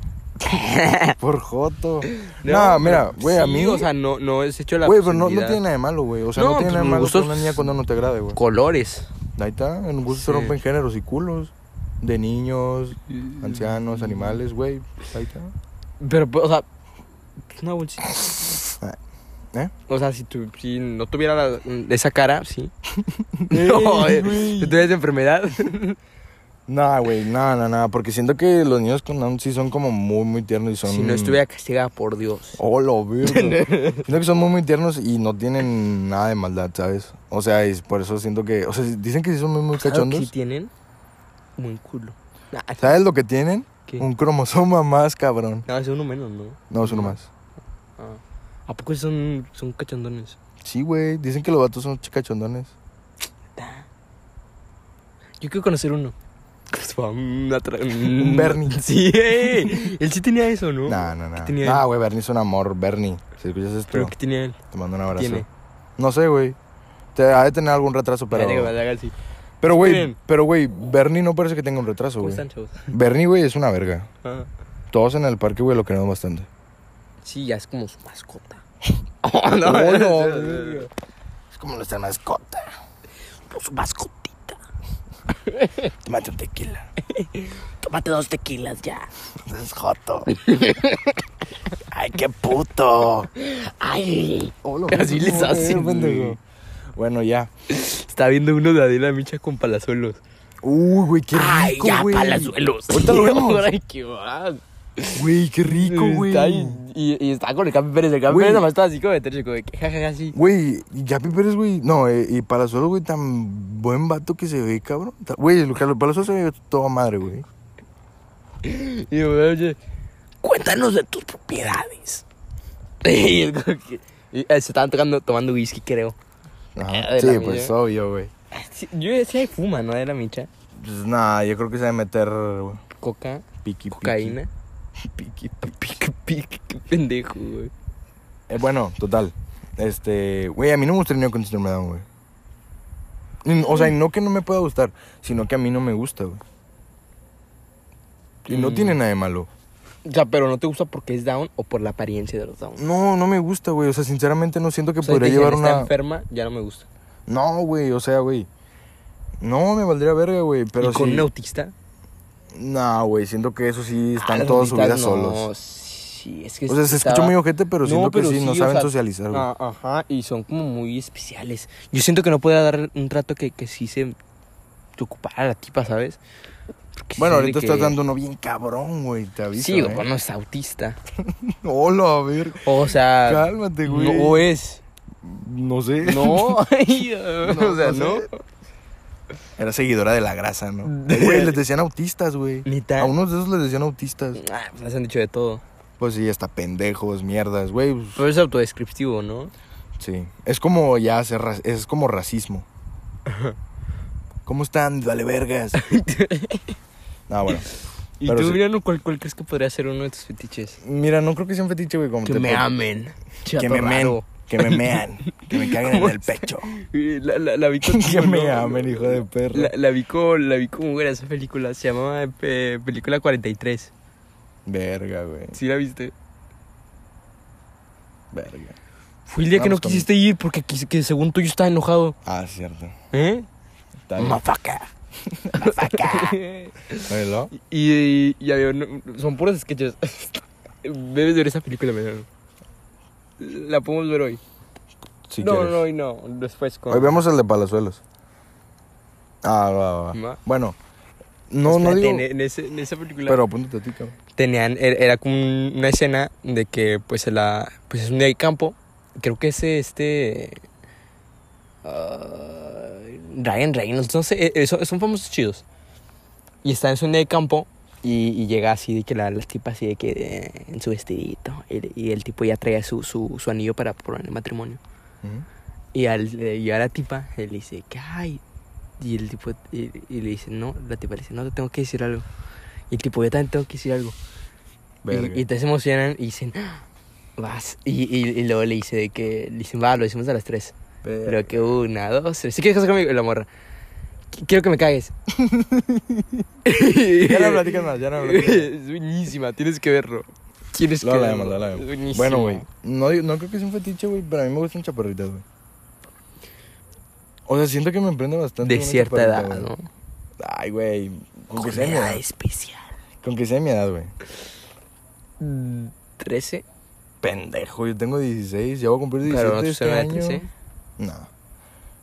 [SPEAKER 1] Por joto. No, mira, güey,
[SPEAKER 2] sí,
[SPEAKER 1] a mí.
[SPEAKER 2] O sea, no, no es hecho la.
[SPEAKER 1] Güey, pero no, no
[SPEAKER 2] posibilidad.
[SPEAKER 1] tiene nada de malo, güey. O sea,
[SPEAKER 2] No,
[SPEAKER 1] no, tiene nada
[SPEAKER 2] pues,
[SPEAKER 1] de
[SPEAKER 2] los
[SPEAKER 1] malo
[SPEAKER 2] gustos-
[SPEAKER 1] que una niña cuando no te agrade, güey.
[SPEAKER 2] colores.
[SPEAKER 1] Ahí está, en gusto se
[SPEAKER 2] Sí.
[SPEAKER 1] rompen géneros y culos. De niños, ancianos, animales, güey. Pues, Ahí está.
[SPEAKER 2] Pero, pues, o sea, pues, una bolsita.
[SPEAKER 1] ¿Eh?
[SPEAKER 2] O sea, si, tu, si no tuviera la- esa cara, sí.
[SPEAKER 1] No,
[SPEAKER 2] no, eh,
[SPEAKER 1] güey.
[SPEAKER 2] si tuvieras enfermedad.
[SPEAKER 1] Nah, güey, nada, nada, nada. Porque siento que los niños con Down sí son como muy, muy tiernos y son.
[SPEAKER 2] Si no estuviera castigada por Dios.
[SPEAKER 1] Oh, lo verga. Siento que son muy, muy tiernos y no tienen nada de maldad, ¿sabes? O sea, y por eso siento que. O sea, dicen que sí son muy, muy
[SPEAKER 2] ¿Sabes qué
[SPEAKER 1] cachondos.
[SPEAKER 2] tienen? Buen culo. Nah,
[SPEAKER 1] ¿Sabes lo que tienen?
[SPEAKER 2] ¿Qué?
[SPEAKER 1] Un cromosoma más, cabrón.
[SPEAKER 2] No, es Ah, uno menos, ¿no?
[SPEAKER 1] No, es uno más.
[SPEAKER 2] Ah. ¿A poco son, son cachondones?
[SPEAKER 1] Sí, güey. Dicen que los vatos son chicachondones.
[SPEAKER 2] Yo quiero conocer uno. Pues, Un atra-
[SPEAKER 1] Un Bernie.
[SPEAKER 2] Sí, eh. él sí tenía eso, ¿no?
[SPEAKER 1] No, no, no.
[SPEAKER 2] ¿Qué tenía
[SPEAKER 1] Ah,
[SPEAKER 2] él?
[SPEAKER 1] güey, Bernie es un amor. Bernie, si escuchas esto,
[SPEAKER 2] Pero ¿qué tenía él?
[SPEAKER 1] te mando un abrazo.
[SPEAKER 2] tiene?
[SPEAKER 1] No sé, güey. Te ha de tener algún retraso,
[SPEAKER 2] Espérate que me
[SPEAKER 1] pero.
[SPEAKER 2] la haga así.
[SPEAKER 1] Pero, güey,
[SPEAKER 2] Miren.
[SPEAKER 1] pero, güey, Bernie no parece que tenga un retraso,
[SPEAKER 2] ¿Cómo
[SPEAKER 1] güey.
[SPEAKER 2] están, chavos?
[SPEAKER 1] Bernie, güey, es una verga.
[SPEAKER 2] Ah.
[SPEAKER 1] Todos en el parque, güey, lo queremos bastante.
[SPEAKER 2] Sí, ya es como su mascota. Oh,
[SPEAKER 1] no, no,
[SPEAKER 2] es-
[SPEAKER 1] no,
[SPEAKER 2] es-
[SPEAKER 1] no.
[SPEAKER 2] es
[SPEAKER 1] Es como nuestra mascota.
[SPEAKER 2] como su mascotita.
[SPEAKER 1] Tómate un tequila.
[SPEAKER 3] Tómate dos tequilas ya.
[SPEAKER 1] Es joto. Ay, qué puto.
[SPEAKER 3] Ay,
[SPEAKER 2] Así les hacen, güey.
[SPEAKER 1] Bueno, ya.
[SPEAKER 2] Está viendo uno de Adela Micha con palazuelos.
[SPEAKER 1] Uy, güey, qué rico,
[SPEAKER 3] ay, ya
[SPEAKER 1] güey.
[SPEAKER 3] palazuelos.
[SPEAKER 1] Ahorita lo vemos.
[SPEAKER 2] Ay, qué mal.
[SPEAKER 1] Güey, qué rico, güey.
[SPEAKER 2] Está ahí, y, y está con el Capi Pérez. El Capi
[SPEAKER 1] Güey.
[SPEAKER 2] Pérez nomás estaba así como de tercio, como de que jajaja, sí.
[SPEAKER 1] Güey, y Capi Pérez, güey. No, eh, y Palazuelo, güey, tan buen vato que se ve, cabrón. Ta- Güey, lo que lo- Palazuelo se ve toda madre, güey.
[SPEAKER 2] Y yo, oye,
[SPEAKER 3] Cuéntanos de tus propiedades.
[SPEAKER 2] y el como que- y, eh, se estaban tocando, tomando whisky, creo.
[SPEAKER 1] Ajá.
[SPEAKER 2] Ah, de
[SPEAKER 1] Sí,
[SPEAKER 2] la
[SPEAKER 1] pues
[SPEAKER 2] mía.
[SPEAKER 1] obvio, güey.
[SPEAKER 2] Sí, yo decía, ahí fuma, ¿no? Adela Micha.
[SPEAKER 1] Pues nada, yo creo que se debe meter güey,
[SPEAKER 2] Coca,
[SPEAKER 1] piqui, piqui.
[SPEAKER 2] cocaína. Piqui, piqui, piqui, qué pendejo, güey.
[SPEAKER 1] Eh, bueno, total. Este, güey, a mí no me gustaría con síndrome de Down, güey. Y n- O sea, y no que no me pueda gustar, sino que a mí no me gusta, güey. Y no
[SPEAKER 2] Mm.
[SPEAKER 1] tiene nada de malo.
[SPEAKER 2] O sea, pero no te gusta porque es down o por la apariencia de los down.
[SPEAKER 1] No, no me gusta, güey. O sea, sinceramente no siento que
[SPEAKER 2] O sea,
[SPEAKER 1] podría
[SPEAKER 2] te dijeron,
[SPEAKER 1] llevar
[SPEAKER 2] está
[SPEAKER 1] una.
[SPEAKER 2] enferma, ya no me gusta.
[SPEAKER 1] No, güey, o sea, güey. No, me valdría verga, güey. Pero
[SPEAKER 2] ¿Y con
[SPEAKER 1] sí.
[SPEAKER 2] un autista?
[SPEAKER 1] No, güey, siento que eso sí
[SPEAKER 2] Ah,
[SPEAKER 1] están
[SPEAKER 2] los
[SPEAKER 1] toda su vida
[SPEAKER 2] autistas No,
[SPEAKER 1] solos.
[SPEAKER 2] sí, es que
[SPEAKER 1] O sea, se escucha
[SPEAKER 2] estaba-
[SPEAKER 1] muy ojete, pero
[SPEAKER 2] No,
[SPEAKER 1] siento
[SPEAKER 2] pero
[SPEAKER 1] que sí, no
[SPEAKER 2] sí, o
[SPEAKER 1] saben
[SPEAKER 2] sea,
[SPEAKER 1] socializar, güey.
[SPEAKER 2] Ah, ajá, y son como muy especiales. Yo siento que no puede dar un trato que, que sí se te ocupara la tipa, ¿sabes? porque
[SPEAKER 1] Bueno,
[SPEAKER 2] sí,
[SPEAKER 1] ahorita
[SPEAKER 2] de
[SPEAKER 1] estás
[SPEAKER 2] que-
[SPEAKER 1] dando uno bien cabrón, güey, te aviso.
[SPEAKER 2] Sí,
[SPEAKER 1] eh.
[SPEAKER 2] güey, no es autista.
[SPEAKER 1] Hola, a ver.
[SPEAKER 2] O sea.
[SPEAKER 1] Cálmate, güey.
[SPEAKER 2] Ah, No o es.
[SPEAKER 1] No sé.
[SPEAKER 2] No. ay, o sea, no.
[SPEAKER 1] sé. Era seguidora de la grasa, ¿no? Eh, Güey, les decían autistas, güey.
[SPEAKER 2] Neta.
[SPEAKER 1] A unos de esos les decían autistas.
[SPEAKER 2] Ah, pues les han dicho de todo.
[SPEAKER 1] Pues sí, hasta pendejos, mierdas, güey. pues,
[SPEAKER 2] Pero es autodescriptivo, ¿no?
[SPEAKER 1] Sí. Es como ya hacer ra- es como racismo. ¿Cómo están? Dale vergas. Ah, bueno.
[SPEAKER 2] Y
[SPEAKER 1] Pero
[SPEAKER 2] tú,
[SPEAKER 1] sí.
[SPEAKER 2] Miriam, ¿cuál, ¿cuál crees que podría ser uno de tus fetiches?
[SPEAKER 1] Mira, no creo que sea un fetiche, güey. como
[SPEAKER 2] Que
[SPEAKER 1] te
[SPEAKER 2] me
[SPEAKER 1] puedo-
[SPEAKER 2] amen.
[SPEAKER 1] Que me men,
[SPEAKER 2] men.
[SPEAKER 1] que me mean, que me caguen en
[SPEAKER 2] ¿Cómo
[SPEAKER 1] el pecho.
[SPEAKER 2] La, la, la vi con-
[SPEAKER 1] Que me
[SPEAKER 2] no,
[SPEAKER 1] amen, hijo de perro.
[SPEAKER 2] La, la vi con, la vi con Hugo en esa película, se llamaba eh, Película 43.
[SPEAKER 1] Verga, güey.
[SPEAKER 2] ¿Sí la viste?
[SPEAKER 1] Verga.
[SPEAKER 2] Fue el día que no
[SPEAKER 1] Vamos con-
[SPEAKER 2] quisiste ir porque quis- que según tú yo estaba enojado.
[SPEAKER 1] Ah, cierto.
[SPEAKER 2] ¿Eh?
[SPEAKER 1] Está bien.
[SPEAKER 3] Mafaca. Mafaca.
[SPEAKER 1] Bueno,
[SPEAKER 2] y, y, y había un- son puros sketches. Debes ver esa película, Melano. La podemos ver hoy.
[SPEAKER 1] si
[SPEAKER 2] no,
[SPEAKER 1] quieres.
[SPEAKER 2] no, hoy no. Después con.
[SPEAKER 1] Hoy vemos el de Palazuelos. Ah, va, va, va.
[SPEAKER 2] Ma-
[SPEAKER 1] Bueno, no, no
[SPEAKER 2] Espérate,
[SPEAKER 1] digo.
[SPEAKER 2] en, en ese- en esa película.
[SPEAKER 1] Pero apúntate a ti, cabrón.
[SPEAKER 2] tenían er- era como un- una escena de que pues la pues es un día de campo creo que ese este ah, Ryan Reynolds no sé eh, eh, son, son famosos chidos y está en su día de campo y, y llega así de que la, la tipa así de que eh, en su vestidito y, el- y el tipo ya traía su, su, su anillo para poner el matrimonio
[SPEAKER 1] Ujú.
[SPEAKER 2] y al eh, y a la tipa él dice que ay y el tipo y, y le dice no la tipa le dice no te tengo que decir algo y el tipo yo también tengo que decir algo
[SPEAKER 1] Verga.
[SPEAKER 2] y, y te se emocionan y dicen, "Ah, vas. Y, y, y luego le dice de que, le dicen, va, lo decimos a las tres.
[SPEAKER 1] Verga.
[SPEAKER 2] Pero que una, dos, tres. Si quieres casar conmigo, Y la morra. "Qui- Quiero que me cagues.
[SPEAKER 1] Ya no platicas más, ya no platicas más.
[SPEAKER 2] Es buenísima, tienes que verlo. Tienes
[SPEAKER 1] Luego
[SPEAKER 2] que
[SPEAKER 1] la
[SPEAKER 2] verlo.
[SPEAKER 1] vemos, luego la vemos.
[SPEAKER 2] Es buenísima.
[SPEAKER 1] Bueno, güey. No, digo- no creo que sea un fetiche, güey, pero a mí me gustan chaparritas, güey. O sea, siento que me emprende bastante.
[SPEAKER 2] De
[SPEAKER 1] una
[SPEAKER 2] cierta
[SPEAKER 1] chaparrita,
[SPEAKER 2] edad,
[SPEAKER 1] güey.
[SPEAKER 2] ¿no?
[SPEAKER 1] Ay, güey. Con que
[SPEAKER 3] Con
[SPEAKER 1] sea mi
[SPEAKER 3] edad
[SPEAKER 1] edad.
[SPEAKER 3] especial.
[SPEAKER 1] Con que sea mi edad, güey.
[SPEAKER 2] Mm, 13.
[SPEAKER 1] Pendejo, yo tengo 16, ya voy a cumplir 17
[SPEAKER 2] Pero no te
[SPEAKER 1] este
[SPEAKER 2] suena de
[SPEAKER 1] año.
[SPEAKER 2] 13.
[SPEAKER 1] No.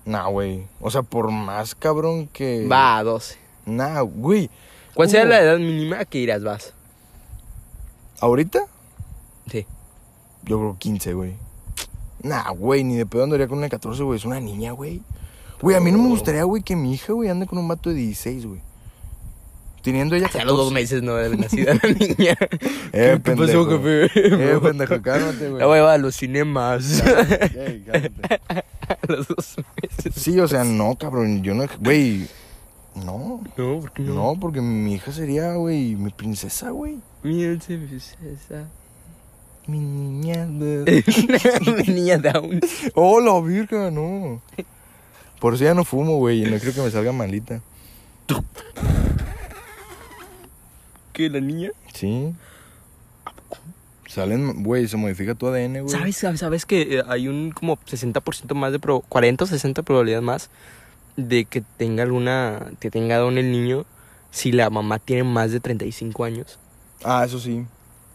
[SPEAKER 1] Nah, güey. O sea, por más cabrón que.
[SPEAKER 2] Va a 12.
[SPEAKER 1] Nah, güey.
[SPEAKER 2] ¿Cuál será
[SPEAKER 1] Uh.
[SPEAKER 2] la edad mínima que irás, vas?
[SPEAKER 1] ¿Ahorita?
[SPEAKER 2] Sí.
[SPEAKER 1] Yo creo 15, güey. Nah, güey, ni de pedo andaría con una de 14, güey. Es una niña, güey. Güey, a mí no me
[SPEAKER 2] Pero-
[SPEAKER 1] gustaría, güey, que mi hija, güey, ande con un vato de 16, güey. Teniendo ella
[SPEAKER 2] Hasta Ah, los dos
[SPEAKER 1] 14.
[SPEAKER 2] meses no de nacida la niña.
[SPEAKER 1] Eh,
[SPEAKER 2] ¿Qué pasó,
[SPEAKER 1] pendejo.
[SPEAKER 2] jefe?
[SPEAKER 1] Eh, pendejo, cálmate, güey.
[SPEAKER 2] La voy a llevar a los cinemas.
[SPEAKER 1] Ey, cálmate.
[SPEAKER 2] a los dos meses.
[SPEAKER 1] Sí, o sea, no, cabrón. Yo no. Güey. No.
[SPEAKER 2] No, porque
[SPEAKER 1] No, porque mi hija sería, güey, mi princesa, güey.
[SPEAKER 2] Mírense, princesa.
[SPEAKER 1] Mi niña.
[SPEAKER 2] Una niña down.
[SPEAKER 1] Oh, la virga, no. Por eso ya no fumo, güey, y no creo que me salga malita.
[SPEAKER 2] ¿Qué, la niña?
[SPEAKER 1] Sí. Salen, güey, se modifica tu ADN, güey.
[SPEAKER 2] ¿Sabes, sabes, sabes que eh, hay un como 60% más de pro... 40 o 60 probabilidad más de que tenga alguna... Que tenga down el niño si la mamá tiene más de 35 años.
[SPEAKER 1] Ah, eso sí.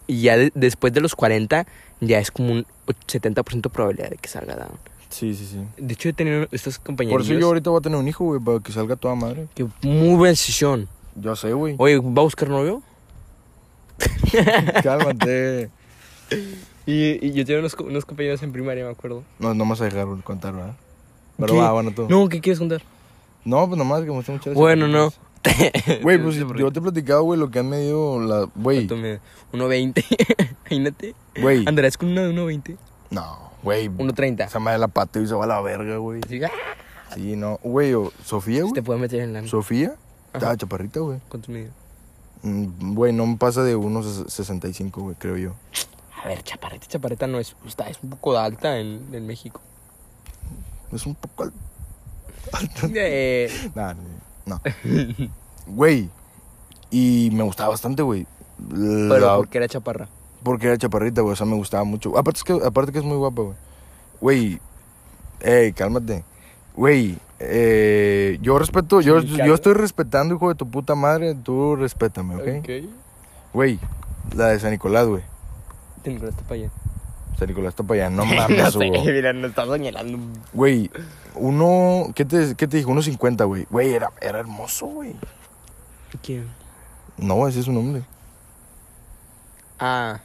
[SPEAKER 2] Y ya de- después de los 40 ya es como un 70% probabilidad de que salga down.
[SPEAKER 1] Sí, sí, sí.
[SPEAKER 2] De hecho, he tenido estos compañeros
[SPEAKER 1] Por eso yo ahorita voy a tener un hijo, güey, para que salga toda madre.
[SPEAKER 2] que muy buena decisión.
[SPEAKER 1] Ya sé, güey.
[SPEAKER 2] Oye, ¿va a buscar novio?
[SPEAKER 1] Cálmate.
[SPEAKER 2] Y, y yo tenía unos, co- unos compañeros en primaria, me acuerdo.
[SPEAKER 1] No, no me vas a dejar güey, contar, ¿verdad? Pero
[SPEAKER 2] ¿Qué?
[SPEAKER 1] va, bueno, tú.
[SPEAKER 2] No, ¿qué quieres contar?
[SPEAKER 1] No, pues nomás que me gusta mucho.
[SPEAKER 2] Bueno, no.
[SPEAKER 1] Güey, pues
[SPEAKER 2] Sí,
[SPEAKER 1] yo te he platicado, güey, lo que han medido la. Güey,
[SPEAKER 2] ¿Cuánto me- 1.20. Imagínate.
[SPEAKER 1] güey.
[SPEAKER 2] ¿Andarás con una de 1.20?
[SPEAKER 1] No, güey.
[SPEAKER 2] 1.30.
[SPEAKER 1] Esa madre la pateó y se va a la verga, güey.
[SPEAKER 2] Así que, ah,
[SPEAKER 1] Sí, no. Güey, o- Sofía,
[SPEAKER 2] se te
[SPEAKER 1] güey.
[SPEAKER 2] puede meter en la...
[SPEAKER 1] Sofía. Estaba
[SPEAKER 2] Ajá.
[SPEAKER 1] chaparrita, güey.
[SPEAKER 2] ¿Cuánto mide?
[SPEAKER 1] Mm, Güey, no me pasa de unos ses- 65, güey, creo yo.
[SPEAKER 2] A ver, chaparrita, chaparrita no es... Está, es un poco de alta en, en México.
[SPEAKER 1] Es un poco... al-
[SPEAKER 2] Eh,
[SPEAKER 1] Nah, no, no. Güey. Y me gustaba bastante, güey. La-
[SPEAKER 2] pero porque era chaparra.
[SPEAKER 1] Porque era chaparrita, güey. O sea, me gustaba mucho. Aparte, es que, aparte que es muy guapa, güey. Güey. Ey, cálmate. Güey. eh, yo respeto, yo,
[SPEAKER 2] Sí,
[SPEAKER 1] yo
[SPEAKER 2] claro.
[SPEAKER 1] estoy respetando, hijo de tu puta madre. Tú respétame, ¿ok? Güey, la de San Nicolás, güey.
[SPEAKER 2] Tengo la tapa allá.
[SPEAKER 1] San Nicolás está para allá. No
[SPEAKER 2] Ah,
[SPEAKER 1] mames,
[SPEAKER 2] sé,
[SPEAKER 1] güey.
[SPEAKER 2] mira, nos está señalando.
[SPEAKER 1] Güey, uno. ¿Qué te, qué te dijo? Unos 50, güey. Güey, era, era hermoso, güey.
[SPEAKER 2] ¿Quién?
[SPEAKER 1] No, ese es su nombre.
[SPEAKER 2] Ah.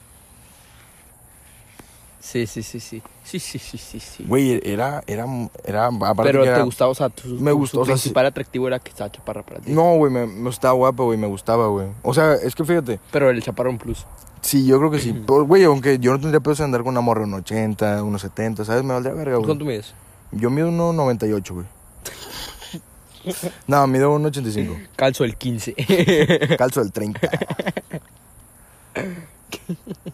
[SPEAKER 2] Sí, sí, sí, sí. Sí, sí, sí, sí, sí.
[SPEAKER 1] Güey, era, era, era, aparte
[SPEAKER 2] Pero
[SPEAKER 1] que
[SPEAKER 2] te
[SPEAKER 1] era-
[SPEAKER 2] gustaba, o sea, tu,
[SPEAKER 1] Me
[SPEAKER 2] tu-
[SPEAKER 1] gustó,
[SPEAKER 2] tu
[SPEAKER 1] o sea, sí.
[SPEAKER 2] principal atractivo era que estaba chaparra para ti.
[SPEAKER 1] No, güey, me, me estaba guapa, güey, me gustaba, güey. O sea, es que fíjate,
[SPEAKER 2] Pero el chaparrón plus.
[SPEAKER 1] sí, yo creo que sí. Pero, Güey, aunque yo no tendría pedos en andar con una morra de un 80, unos 70, ¿sabes? Me valdría verga,
[SPEAKER 2] ¿Tú ¿Cuánto
[SPEAKER 1] güey.
[SPEAKER 2] mides?
[SPEAKER 1] Yo mido 1,98, güey. no, mido 1,85.
[SPEAKER 2] Calzo el 15.
[SPEAKER 1] Calzo del 30.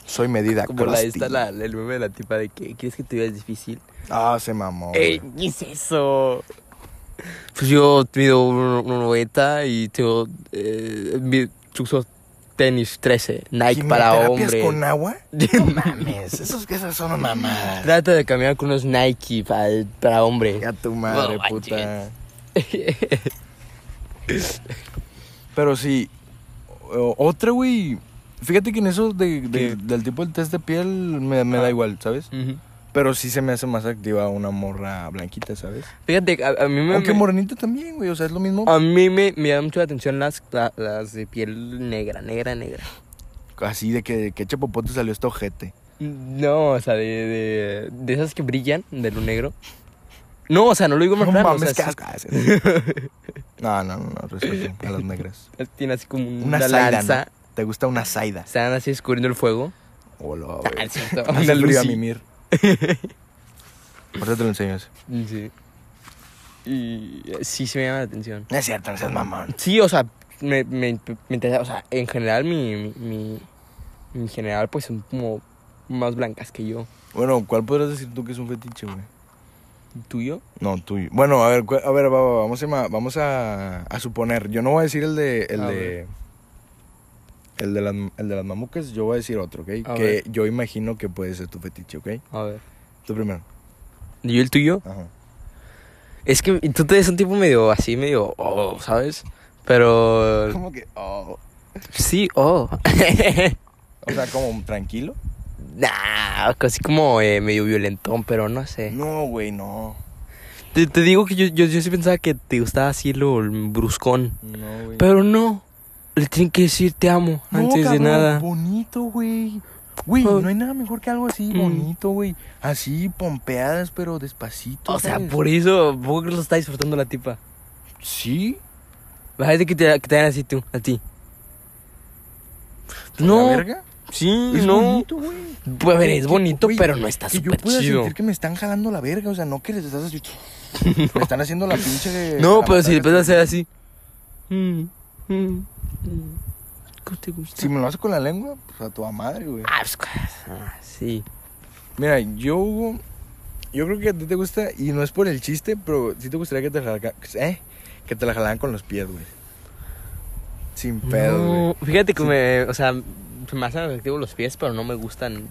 [SPEAKER 1] Soy medida.
[SPEAKER 2] Como la
[SPEAKER 1] crusty.
[SPEAKER 2] esta, la, el meme de la tipa de que quieres que te veas difícil.
[SPEAKER 1] Ah, se mamó.
[SPEAKER 2] ¡Ey!
[SPEAKER 1] güey.
[SPEAKER 2] ¿Qué es eso? Pues yo mido 1,90 y tengo. Eh, mi- uso tenis 13, Nike para
[SPEAKER 1] ¿Quimioterapias
[SPEAKER 2] hombre.
[SPEAKER 1] con agua? Mames, esos que esas son mamadas.
[SPEAKER 2] Trata de caminar con unos Nike para, para hombre.
[SPEAKER 1] Ya tu madre,
[SPEAKER 2] No manches.
[SPEAKER 1] puta. Pero sí, o- otra, güey. Fíjate que en eso de- de-
[SPEAKER 2] ¿Qué?
[SPEAKER 1] del tipo del test de piel me, me da
[SPEAKER 2] Ah.
[SPEAKER 1] igual, ¿sabes?
[SPEAKER 2] Ujú.
[SPEAKER 1] Pero sí se me hace más activa una morra blanquita, ¿sabes?
[SPEAKER 2] Fíjate, a, a mí me.
[SPEAKER 1] Aunque
[SPEAKER 2] me-
[SPEAKER 1] morenita también, güey, Ah. o sea, es lo mismo.
[SPEAKER 2] A mí me, me da mucho la atención las, la- las de piel negra, negra, negra.
[SPEAKER 1] Así de que, que chapopote salió este ojete.
[SPEAKER 2] No, o sea, de, de, de esas que brillan, de lo negro. No, o sea, no lo digo más
[SPEAKER 1] No
[SPEAKER 2] raro, o
[SPEAKER 1] mames,
[SPEAKER 2] sea, sí-
[SPEAKER 1] cascas. No, no, no, no, respeto a las negras.
[SPEAKER 2] tiene así como una,
[SPEAKER 1] Una, zaida,
[SPEAKER 2] lanza.
[SPEAKER 1] ¿no? ¿Te gusta una saida?
[SPEAKER 2] Están así descubriendo el fuego.
[SPEAKER 1] Hola,
[SPEAKER 2] Ah,
[SPEAKER 1] güey.
[SPEAKER 2] es cierto,
[SPEAKER 1] Hace
[SPEAKER 2] una
[SPEAKER 1] frío a
[SPEAKER 2] Lucy.
[SPEAKER 1] mimir. Ahorita te lo enseño ese.
[SPEAKER 2] Sí. Y eh, sí, se me llama la atención.
[SPEAKER 1] No es cierto, no seas mamón.
[SPEAKER 2] Sí, o sea, me, me, me interesa, o sea, en general mi, mi, mi, mi general pues son como más blancas que yo.
[SPEAKER 1] Bueno, ¿cuál podrías decir tú que es un fetiche, güey?
[SPEAKER 2] ¿Tuyo?
[SPEAKER 1] No, tuyo. Bueno, a ver, cu- a ver, va, va, va, vamos, a, ima- vamos a, a suponer. Yo no voy a decir el de. El
[SPEAKER 2] A
[SPEAKER 1] de, el de, las, el de las mamucas, yo voy a decir otro, ¿ok?
[SPEAKER 2] A
[SPEAKER 1] que
[SPEAKER 2] ver.
[SPEAKER 1] yo imagino que puede ser tu fetiche, ¿ok?
[SPEAKER 2] A ver.
[SPEAKER 1] Tú primero.
[SPEAKER 2] ¿Yo el tuyo?
[SPEAKER 1] Ajá.
[SPEAKER 2] Es que tú te ves un tipo medio así, medio, oh, ¿sabes? Pero
[SPEAKER 1] Como que. oh.
[SPEAKER 2] sí, oh.
[SPEAKER 1] O sea, como tranquilo.
[SPEAKER 2] nah, así como eh, medio violentón, pero no sé.
[SPEAKER 1] No, güey, no.
[SPEAKER 2] Te, te digo que yo, yo, yo sí pensaba que te gustaba así lo el bruscón.
[SPEAKER 1] No, güey.
[SPEAKER 2] Pero no. Le tienen que decir te amo
[SPEAKER 1] No,
[SPEAKER 2] antes
[SPEAKER 1] cabrón,
[SPEAKER 2] de nada.
[SPEAKER 1] Bonito, güey. Güey,
[SPEAKER 2] Oh.
[SPEAKER 1] no hay nada mejor que algo así,
[SPEAKER 2] Mm.
[SPEAKER 1] bonito, güey. Así, pompeadas, pero despacito.
[SPEAKER 2] O sea,
[SPEAKER 1] ¿sabes?
[SPEAKER 2] por eso, poco que lo está disfrutando la tipa.
[SPEAKER 1] Sí.
[SPEAKER 2] Imagínate que te, que te hagan así tú, a ti.
[SPEAKER 1] ¿La
[SPEAKER 2] No,
[SPEAKER 1] verga?
[SPEAKER 2] sí,
[SPEAKER 1] Es
[SPEAKER 2] no.
[SPEAKER 1] bonito, güey.
[SPEAKER 2] Pues, a ver, es
[SPEAKER 1] Que-
[SPEAKER 2] bonito,
[SPEAKER 1] güey,
[SPEAKER 2] pero no está
[SPEAKER 1] Que yo
[SPEAKER 2] súper
[SPEAKER 1] pueda
[SPEAKER 2] chido.
[SPEAKER 1] sentir que me están jalando la verga, o sea, no que les estás así. Me están haciendo la pinche de.
[SPEAKER 2] No,
[SPEAKER 1] Eh, la
[SPEAKER 2] pero si
[SPEAKER 1] matraca.
[SPEAKER 2] le empiezas a hacer así. Mm, mm, mm. ¿Cómo te gusta?
[SPEAKER 1] Si me lo haces con la lengua, pues a tu madre, güey.
[SPEAKER 2] Ah, pues, ah, sí.
[SPEAKER 1] Mira, yo. Hugo, Yo creo que a ti te gusta, y no es por el chiste, pero sí te gustaría que te, jalca- eh, que te la jalaran con los pies, güey. Sin pedo, güey.
[SPEAKER 2] No, fíjate que
[SPEAKER 1] Sí.
[SPEAKER 2] me, o sea, se me hacen atractivos los pies, pero no me gustan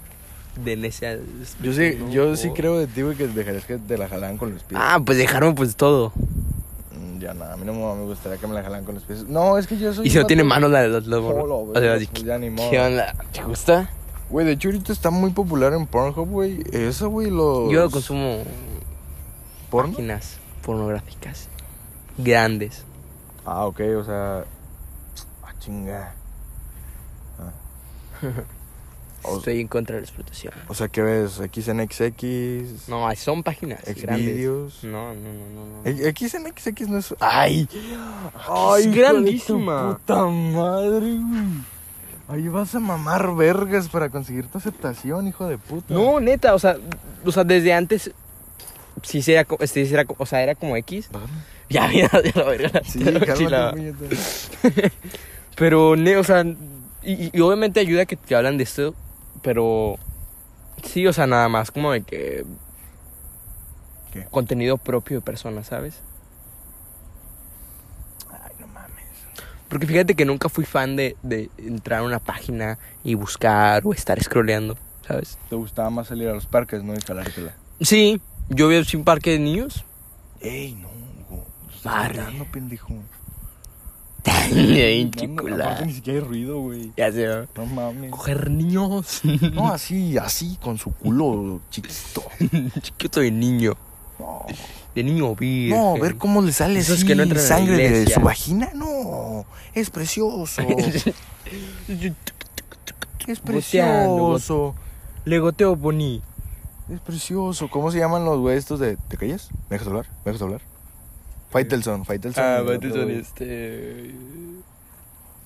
[SPEAKER 2] de necia. este,
[SPEAKER 1] Yo sí,
[SPEAKER 2] No,
[SPEAKER 1] yo sí
[SPEAKER 2] por-
[SPEAKER 1] creo de ti, güey, que dejarías que te la jalaran con los pies.
[SPEAKER 2] Ah, pues dejaron pues todo.
[SPEAKER 1] Mm, Ya nada, a mí no me gustaría que me la jalaran con los pies. No, es que yo soy.
[SPEAKER 2] Y si no
[SPEAKER 1] un
[SPEAKER 2] tiene
[SPEAKER 1] vato-
[SPEAKER 2] manos la de los lobos.
[SPEAKER 1] Hola,
[SPEAKER 2] o
[SPEAKER 1] verga,
[SPEAKER 2] sea, de-
[SPEAKER 1] pues ya ni modo.
[SPEAKER 2] ¿Qué onda? ¿Te gusta?
[SPEAKER 1] Güey, de hecho ahorita está muy popular en Pornhub, güey. Eso, güey, los...
[SPEAKER 2] Yo consumo
[SPEAKER 1] ¿Porno?
[SPEAKER 2] páginas pornográficas grandes.
[SPEAKER 1] Ah, ok, o sea... Ah, chinga. Ah. O-
[SPEAKER 2] Estoy en contra de la explotación.
[SPEAKER 1] O sea, ¿qué ves? XNXX...
[SPEAKER 2] No, son páginas grandes.
[SPEAKER 1] Xvideos...
[SPEAKER 2] No, no, no, no. no.
[SPEAKER 1] Eh, XNXX no es... ¡Ay!
[SPEAKER 2] es
[SPEAKER 1] hijo de tu
[SPEAKER 2] grandísima.
[SPEAKER 1] ¡Puta madre, güey! Ahí vas a mamar vergas para conseguir tu aceptación, hijo de puta.
[SPEAKER 2] No, neta, o sea, o sea, desde antes sí era, co- sí era co- o sea, era como X. Ya, mira, ya la verga.
[SPEAKER 1] Sí,
[SPEAKER 2] ya la
[SPEAKER 1] cálmate,
[SPEAKER 2] chingada.
[SPEAKER 1] puñeta.
[SPEAKER 2] Pero, ne- o sea, y, y obviamente ayuda que te hablan de esto, pero sí, o sea, nada más como de que
[SPEAKER 1] ¿Qué?
[SPEAKER 2] contenido propio de personas, ¿sabes?
[SPEAKER 1] Ay, no mames.
[SPEAKER 2] Porque fíjate que nunca fui fan de, de entrar a una página y buscar o estar scrolleando, ¿sabes?
[SPEAKER 1] Te gustaba más salir a los parques, ¿no? Y jalártela.
[SPEAKER 2] Sí, yo veo sin parque de niños.
[SPEAKER 1] Ey, no, Hugo. Estás
[SPEAKER 2] Barre.
[SPEAKER 1] gritando, pendejo.
[SPEAKER 2] Bien,
[SPEAKER 1] No, no, aparte ni siquiera hay ruido, güey.
[SPEAKER 2] Ya se va.
[SPEAKER 1] No mames.
[SPEAKER 2] Coger niños.
[SPEAKER 1] No, así, así, con su culo chiquito.
[SPEAKER 2] Chiquito de niño. De niño vi.
[SPEAKER 1] No, ver cómo le sale
[SPEAKER 2] Esos
[SPEAKER 1] así
[SPEAKER 2] que no entran a la
[SPEAKER 1] sangre de
[SPEAKER 2] iglesia.
[SPEAKER 1] su vagina. No, es precioso. es
[SPEAKER 2] Goteando,
[SPEAKER 1] precioso.
[SPEAKER 2] Le goteo Boni.
[SPEAKER 1] Es precioso. ¿Cómo se llaman los güeyes estos de. ¿Te callas? ¿Me dejas hablar? ¿Me dejas hablar? Faitelson, Faitelson.
[SPEAKER 2] Ah,
[SPEAKER 1] el
[SPEAKER 2] Bate
[SPEAKER 1] otro
[SPEAKER 2] son
[SPEAKER 1] güey.
[SPEAKER 2] este.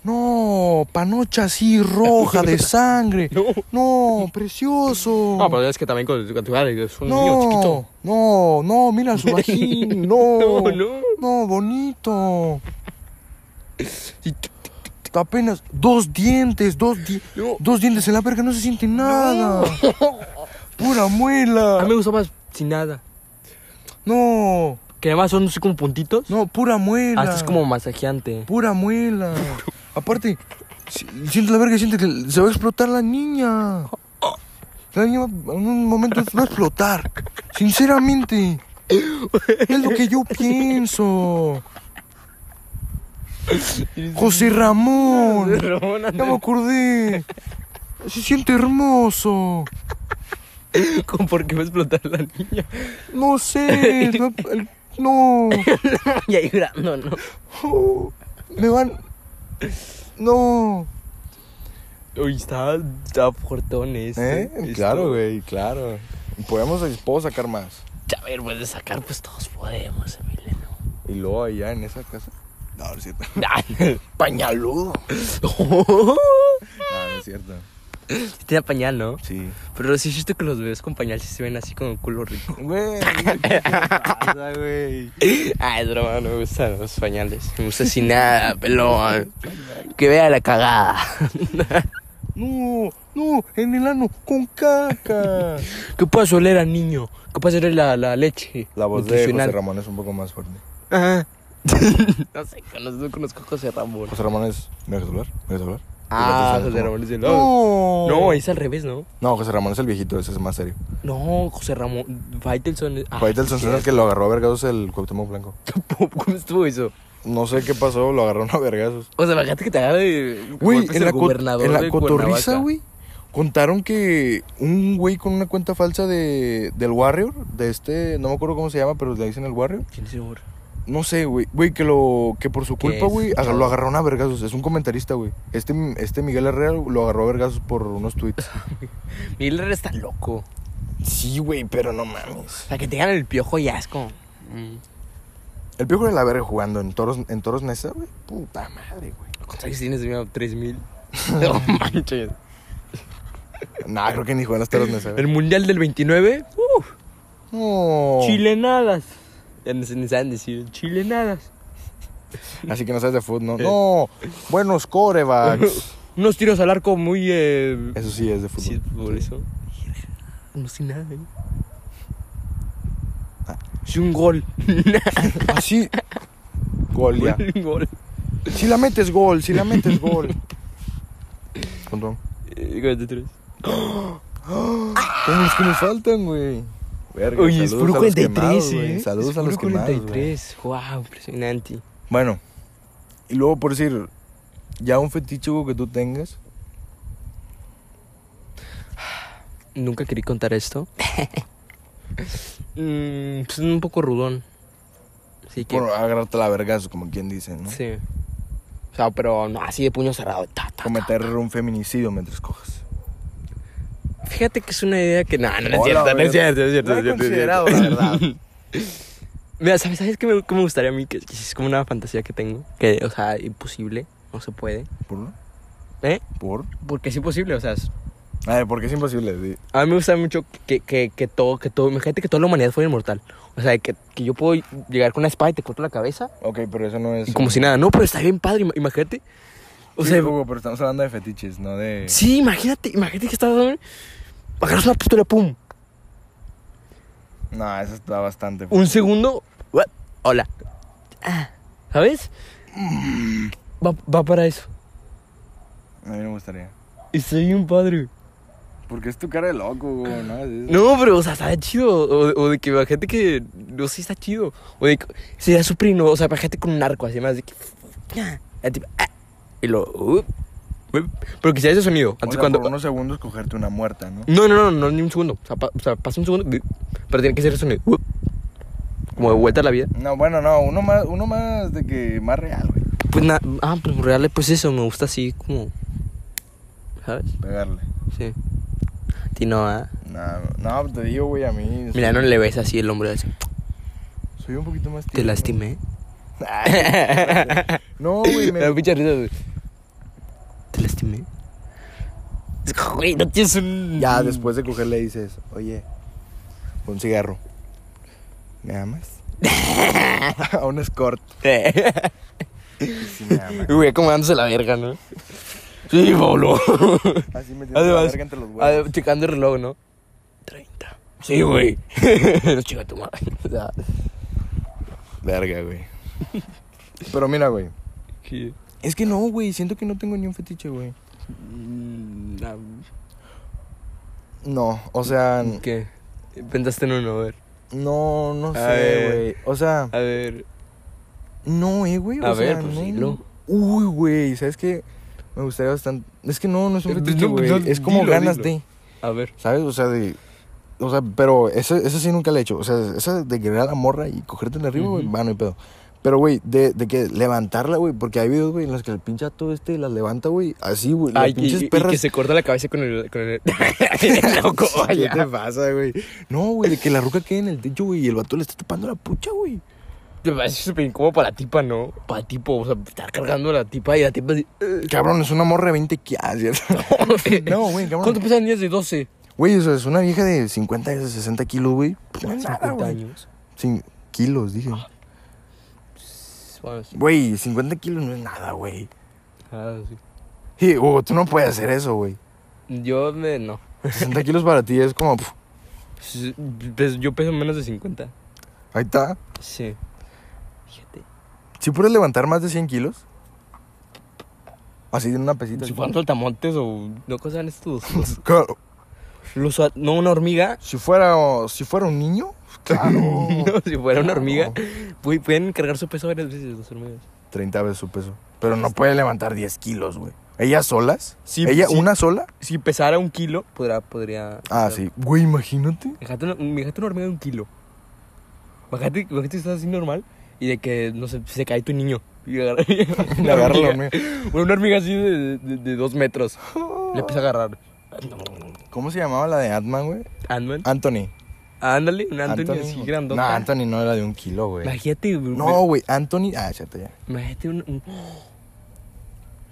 [SPEAKER 1] No, panocha así roja de sangre.
[SPEAKER 2] No.
[SPEAKER 1] No, precioso.
[SPEAKER 2] No, Ah, pero es que también con con tu cara es un niño
[SPEAKER 1] No,
[SPEAKER 2] chiquito.
[SPEAKER 1] no, no, mira su vagina. No,
[SPEAKER 2] No, no.
[SPEAKER 1] no, bonito.
[SPEAKER 2] Sí.
[SPEAKER 1] Apenas dos dientes, dos, di-
[SPEAKER 2] No.
[SPEAKER 1] dos dientes en la verga, no se siente nada. Pura
[SPEAKER 2] A mí
[SPEAKER 1] muela.
[SPEAKER 2] me gusta más sin nada.
[SPEAKER 1] No,
[SPEAKER 2] Que además son así como puntitos.
[SPEAKER 1] no, pura muela.
[SPEAKER 2] Hasta Ah, es como masajeante.
[SPEAKER 1] Pura muela. Aparte, si- siente la verga, siente que se va a explotar la niña. La niña va- en un momento va a explotar. Sinceramente. Es lo que yo pienso. José Ramón.
[SPEAKER 2] Ramón,
[SPEAKER 1] Ya me acordé. Se siente hermoso.
[SPEAKER 2] ¿Con por qué va a explotar la niña?
[SPEAKER 1] No sé. no- el- No.
[SPEAKER 2] y ahí llorando, ¿no?
[SPEAKER 1] Oh, Me van. No.
[SPEAKER 2] Uy, está, está fortón este.
[SPEAKER 1] ¿Eh?
[SPEAKER 2] Esto-
[SPEAKER 1] Claro, güey, claro. Podemos, puedo sacar más.
[SPEAKER 2] A ver, pues de sacar, pues todos podemos, Emiliano.
[SPEAKER 1] Y luego allá en esa casa. No, no es cierto.
[SPEAKER 2] Ay,
[SPEAKER 1] Pañaludo. No, no es cierto.
[SPEAKER 2] Sí Tenía pañal, ¿no?
[SPEAKER 1] Sí.
[SPEAKER 2] Pero sí es cierto que los bebés con pañal sí se ven así con el culo rico.
[SPEAKER 1] Güey. ¿qué pasa, güey?
[SPEAKER 2] Ay, es broma, no me gustan los pañales. Me gusta sin nada, pelón. Que vea la cagada.
[SPEAKER 1] No, no, en el ano con caca.
[SPEAKER 2] ¿Qué puedas oler al niño? ¿Qué puedas oler la, la leche?
[SPEAKER 1] La voz de
[SPEAKER 2] nutricional?
[SPEAKER 1] José Ramón es un poco más fuerte.
[SPEAKER 2] Ajá. no sé, conozco, no conozco a José Ramón.
[SPEAKER 1] José Ramón es. ¿Me dejas hablar? ¿Me dejas hablar?
[SPEAKER 2] Ah,
[SPEAKER 1] Fíjate,
[SPEAKER 2] José
[SPEAKER 1] ¿cómo?
[SPEAKER 2] Ramón es el
[SPEAKER 1] No.
[SPEAKER 2] No, es al revés, ¿no?
[SPEAKER 1] No, José Ramón es el viejito, ese es más serio.
[SPEAKER 2] No, José Ramón. Faitelson. es- ah,
[SPEAKER 1] Faitelson
[SPEAKER 2] sí,
[SPEAKER 1] es el que lo agarró a vergazos el Cuauhtémoc Blanco.
[SPEAKER 2] ¿Cómo estuvo eso?
[SPEAKER 1] No sé qué pasó, lo agarraron a vergazos.
[SPEAKER 2] O sea, imagínate que te agarre.
[SPEAKER 1] Güey,
[SPEAKER 2] golpes
[SPEAKER 1] en
[SPEAKER 2] el
[SPEAKER 1] la, co-
[SPEAKER 2] gobernador
[SPEAKER 1] en la
[SPEAKER 2] de
[SPEAKER 1] cotorriza,
[SPEAKER 2] Cuernavaca.
[SPEAKER 1] güey, contaron que un güey con una cuenta falsa de, del Warrior, de este, no me acuerdo cómo se llama, pero le dicen el Warrior.
[SPEAKER 2] ¿Quién es seguro?
[SPEAKER 1] No sé, güey, güey, que lo, que por su
[SPEAKER 2] Que
[SPEAKER 1] culpa,
[SPEAKER 2] es-
[SPEAKER 1] güey, aga- lo agarraron a vergazos. Es un comentarista, güey. Este, este Miguel Herrera lo agarró a vergazos por unos tweets.
[SPEAKER 2] Miguel Herrera está loco.
[SPEAKER 1] Sí, güey, pero no mames.
[SPEAKER 2] O sea, que te ganan el piojo y asco. Mm.
[SPEAKER 1] El piojo de la verga jugando en toros, en toros Nesa, güey. Puta madre, güey.
[SPEAKER 2] ¿Cuántos años tienes, mira? ¿Tres mil? No manches.
[SPEAKER 1] Nah, creo que ni jugó en las toros Nesa, güey.
[SPEAKER 2] El mundial del 29. Uh,
[SPEAKER 1] No.
[SPEAKER 2] Chilenadas. Ya no se ni saben decir chilenadas.
[SPEAKER 1] Así que no sabes de fútbol, ¿no? No, buenos corebacks.
[SPEAKER 2] Unos tiros al arco muy. Eh...
[SPEAKER 1] Eso sí es de fútbol.
[SPEAKER 2] Sí, por eso. No sé nada, ¿eh? Sí, un gol.
[SPEAKER 1] Así. Gol, ya.
[SPEAKER 2] un gol.
[SPEAKER 1] Si la metes gol, si la metes gol. ¿Cuánto?
[SPEAKER 2] Eh, 43.
[SPEAKER 1] ¿Cómo es que nos faltan, güey? Verga,
[SPEAKER 2] Oye, es
[SPEAKER 1] saludos
[SPEAKER 2] puro
[SPEAKER 1] a los
[SPEAKER 2] 43,
[SPEAKER 1] quemados, güey.
[SPEAKER 2] ¿eh?
[SPEAKER 1] Saludos
[SPEAKER 2] es
[SPEAKER 1] a los
[SPEAKER 2] puro
[SPEAKER 1] quemados, güey.
[SPEAKER 2] 43. Wow, impresionante.
[SPEAKER 1] Bueno, y luego por decir, ya un fetiche güey, que tú tengas.
[SPEAKER 2] Nunca quería contar esto. Mm, pues un poco rudón. Así que.
[SPEAKER 1] Bueno, agarrarte la vergazo, como quien dice, ¿no?
[SPEAKER 2] Sí. O sea, pero no, así de puño cerrado. ta, ta, ta.
[SPEAKER 1] Cometer un feminicidio mientras cojas.
[SPEAKER 2] Fíjate que es una idea que. No, no, no es
[SPEAKER 1] Hola,
[SPEAKER 2] cierto, no
[SPEAKER 1] verga.
[SPEAKER 2] es cierto, no es cierto.
[SPEAKER 1] Lo
[SPEAKER 2] no
[SPEAKER 1] he
[SPEAKER 2] es cierto, no es
[SPEAKER 1] considerado, ¿eh?
[SPEAKER 2] cierto.
[SPEAKER 1] la verdad.
[SPEAKER 2] Mira, ¿sabes, sabes qué, me, qué me gustaría a mí? Que, que es como una fantasía que tengo. Que, o sea, imposible. No se puede.
[SPEAKER 1] ¿Por?
[SPEAKER 2] ¿Eh?
[SPEAKER 1] ¿Por?
[SPEAKER 2] Porque es imposible, o sea. es-
[SPEAKER 1] A ver, porque es imposible. di.
[SPEAKER 2] A mí me gusta mucho que, que, que todo, que todo. Imagínate que toda la humanidad fuera inmortal. O sea, que, que yo puedo llegar con una espada y te corto la cabeza.
[SPEAKER 1] Ok, pero eso no es.
[SPEAKER 2] Y como si nada. No, pero está bien padre, ima- imagínate. O
[SPEAKER 1] Sí,
[SPEAKER 2] sea,
[SPEAKER 1] Hugo, pero estamos hablando de fetiches, no de.
[SPEAKER 2] sí, imagínate, imagínate que estás. Agarras una pistola, pum.
[SPEAKER 1] No, eso está bastante.
[SPEAKER 2] Un segundo. what, Hola. Ah, ¿Sabes? Va, va para eso.
[SPEAKER 1] A mí no me gustaría.
[SPEAKER 2] Y soy bien padre.
[SPEAKER 1] Porque es tu cara de loco, güey, ¿no? Es-
[SPEAKER 2] No, pero, o sea, está chido. O, o de que imagínate que. No sé, está chido. O de que sería súper ino- O sea, imagínate con un arco así más de que. ah, la tipa, ah, y lo. uh, uh, pero que sea ese sonido.
[SPEAKER 1] O
[SPEAKER 2] Antes
[SPEAKER 1] sea,
[SPEAKER 2] cuando.
[SPEAKER 1] por unos segundos cogerte una muerta, ¿no?
[SPEAKER 2] No, no, no, no, ni un segundo. O sea, pa- o sea, pasa un segundo. uh, Pero tiene que ser ese sonido. uh, Como de vuelta a la vida.
[SPEAKER 1] No, bueno, no, uno más, uno más de que más real, güey.
[SPEAKER 2] Pues nada, ah, pues real, pues eso, me gusta así como. ¿Sabes?
[SPEAKER 1] Pegarle.
[SPEAKER 2] Sí. A ti no, ¿ah?
[SPEAKER 1] No, no, te digo, güey, a mí.
[SPEAKER 2] Mira,
[SPEAKER 1] soy-
[SPEAKER 2] no le ves así el hombre así.
[SPEAKER 1] Soy un poquito más
[SPEAKER 2] Te
[SPEAKER 1] tímido.
[SPEAKER 2] lastimé.
[SPEAKER 1] Ay, No, güey, me.
[SPEAKER 4] La pinche risa, güey.
[SPEAKER 2] Te lastimé. Es que, Güey, no tienes un.
[SPEAKER 1] Ya después de coger le dices, oye, un cigarro. ¿Me amas? a un escort. Sí, me ama.
[SPEAKER 2] Güey, como dándose la verga, ¿no? Sí, Pablo.
[SPEAKER 1] Así Ah, me la
[SPEAKER 2] Además,
[SPEAKER 1] verga entre los huevos.
[SPEAKER 2] además, checando el reloj, ¿no? 30. Sí, güey. no chica tu madre. O sea,
[SPEAKER 1] Verga, güey. Pero mira, güey.
[SPEAKER 4] ¿Qué?
[SPEAKER 1] Es que no, güey. Siento que no tengo ni un fetiche, güey.
[SPEAKER 4] Mm, ah,
[SPEAKER 1] No, o sea,
[SPEAKER 2] ¿Qué? Pensaste en uno, a ver.
[SPEAKER 1] no, no
[SPEAKER 4] A
[SPEAKER 1] sé,
[SPEAKER 4] ver.
[SPEAKER 1] güey. O sea,
[SPEAKER 4] A ver.
[SPEAKER 1] no, eh, güey. o
[SPEAKER 2] A ver,
[SPEAKER 1] sea,
[SPEAKER 2] pues
[SPEAKER 1] no.
[SPEAKER 2] dilo.
[SPEAKER 1] Uy, güey, ¿sabes qué? Me gustaría bastante. Es que no, no es un
[SPEAKER 4] Eh, pues,
[SPEAKER 1] fetiche,
[SPEAKER 4] no,
[SPEAKER 1] güey.
[SPEAKER 4] no,
[SPEAKER 1] es como
[SPEAKER 4] dilo,
[SPEAKER 1] ganas
[SPEAKER 4] dilo.
[SPEAKER 1] de.
[SPEAKER 4] A ver.
[SPEAKER 1] ¿Sabes? O sea, de. O sea, pero eso, eso sí nunca lo he hecho. O sea, eso de querer a la morra y cogerte en arriba, güey,
[SPEAKER 4] Ujú.
[SPEAKER 1] va, no hay pedo. Pero, güey, de, de que levantarla, güey, porque hay videos, güey, en los que el pinche todo este las levanta, güey, así, güey. Las
[SPEAKER 2] Ay, y,
[SPEAKER 1] pinches
[SPEAKER 2] y- y
[SPEAKER 1] perras.
[SPEAKER 2] que se corta la cabeza con el. Con el... el loco,
[SPEAKER 1] ¿Qué
[SPEAKER 2] vaya.
[SPEAKER 1] te pasa, güey? No, güey, de que la ruca quede en el techo, güey, y el vato le está chupando la pucha, güey.
[SPEAKER 2] Te parece súper incómodo para la tipa, ¿no? Para tipo, o sea, estar cargando a la tipa y la tipa así. "Eh".
[SPEAKER 1] Cabrón, es una morra de 20 que ah, No, güey, cabrón.
[SPEAKER 2] ¿Cuánto pesan niñas de 12?
[SPEAKER 1] Güey, o sea, es una vieja de 50, 60 kilos, güey. Pues No es nada,
[SPEAKER 2] 50
[SPEAKER 1] güey.
[SPEAKER 2] años. Ah.
[SPEAKER 1] Cin- kilos, dije.
[SPEAKER 2] Bueno, sí.
[SPEAKER 1] Güey, 50 kilos no es nada, güey.
[SPEAKER 2] Ah, sí.
[SPEAKER 1] Sí, Hugo, tú no puedes hacer eso, güey.
[SPEAKER 2] Yo me. No.
[SPEAKER 1] 60 kilos para ti es como, pf,
[SPEAKER 2] Pues, pues, yo peso menos de 50.
[SPEAKER 1] ahí está.
[SPEAKER 2] Sí. Fíjate.
[SPEAKER 1] Si puedes levantar más de 100 kilos, así en una pesita.
[SPEAKER 2] Si fueran saltamontes o. No, ¿cómo se llaman estos?
[SPEAKER 1] Claro,
[SPEAKER 2] Los, a- no, una hormiga.
[SPEAKER 1] si fuera, oh, si fuera un niño, claro.
[SPEAKER 2] No, si fuera una hormiga. güey, pueden cargar su peso varias veces las hormigas.
[SPEAKER 1] 30 veces su peso. Pero no puede levantar 10 kilos, güey. ¿Ellas solas?
[SPEAKER 2] Sí,
[SPEAKER 1] ¿Ella
[SPEAKER 2] sí.
[SPEAKER 1] una sola?
[SPEAKER 2] Si pesara un kilo, podrá, podría.
[SPEAKER 1] Ah,
[SPEAKER 2] hacer-
[SPEAKER 1] sí. Güey, imagínate.
[SPEAKER 2] Imagínate una, imagínate una hormiga de un kilo. Imagínate, imagínate que estás así normal y de que, no sé, se cae tu niño. Y agarra, una,
[SPEAKER 1] Agarra la
[SPEAKER 2] hormiga,
[SPEAKER 1] hormiga.
[SPEAKER 2] una hormiga así de, de, de dos metros. Le empieza a agarrar.
[SPEAKER 1] ¿Cómo se llamaba la de Ant-Man, güey?
[SPEAKER 2] Ant-Man. Ah,
[SPEAKER 1] Anthony.
[SPEAKER 2] Ándale, un Anthony, así
[SPEAKER 1] güey.
[SPEAKER 2] grandota.
[SPEAKER 1] No, Anthony no era de un kilo, güey.
[SPEAKER 2] Imagínate,
[SPEAKER 1] No, güey, Anthony. Ah, chato ya.
[SPEAKER 2] imagínate un. un-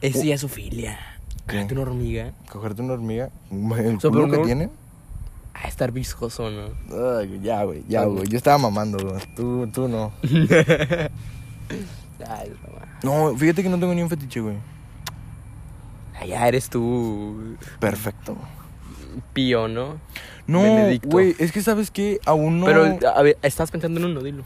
[SPEAKER 2] Eso ya es sofilia. Imagínate una hormiga
[SPEAKER 1] Cogerte una hormiga, el
[SPEAKER 2] sea,
[SPEAKER 1] culo
[SPEAKER 2] pero
[SPEAKER 1] que
[SPEAKER 2] no-
[SPEAKER 1] tiene.
[SPEAKER 2] a estar viscoso, ¿no?
[SPEAKER 1] Ay, güey, ya, güey, ya, güey. Yo estaba mamando, güey. Tú, tú no.
[SPEAKER 2] Ay, mamá.
[SPEAKER 1] No, fíjate que no tengo ni un fetiche, güey.
[SPEAKER 2] Allá eres tú.
[SPEAKER 1] Perfecto.
[SPEAKER 2] Pío, ¿no?
[SPEAKER 1] No,
[SPEAKER 2] Benedicto.
[SPEAKER 1] güey, es que sabes que aún no.
[SPEAKER 2] Pero, a ver, estás pensando en uno, dilo.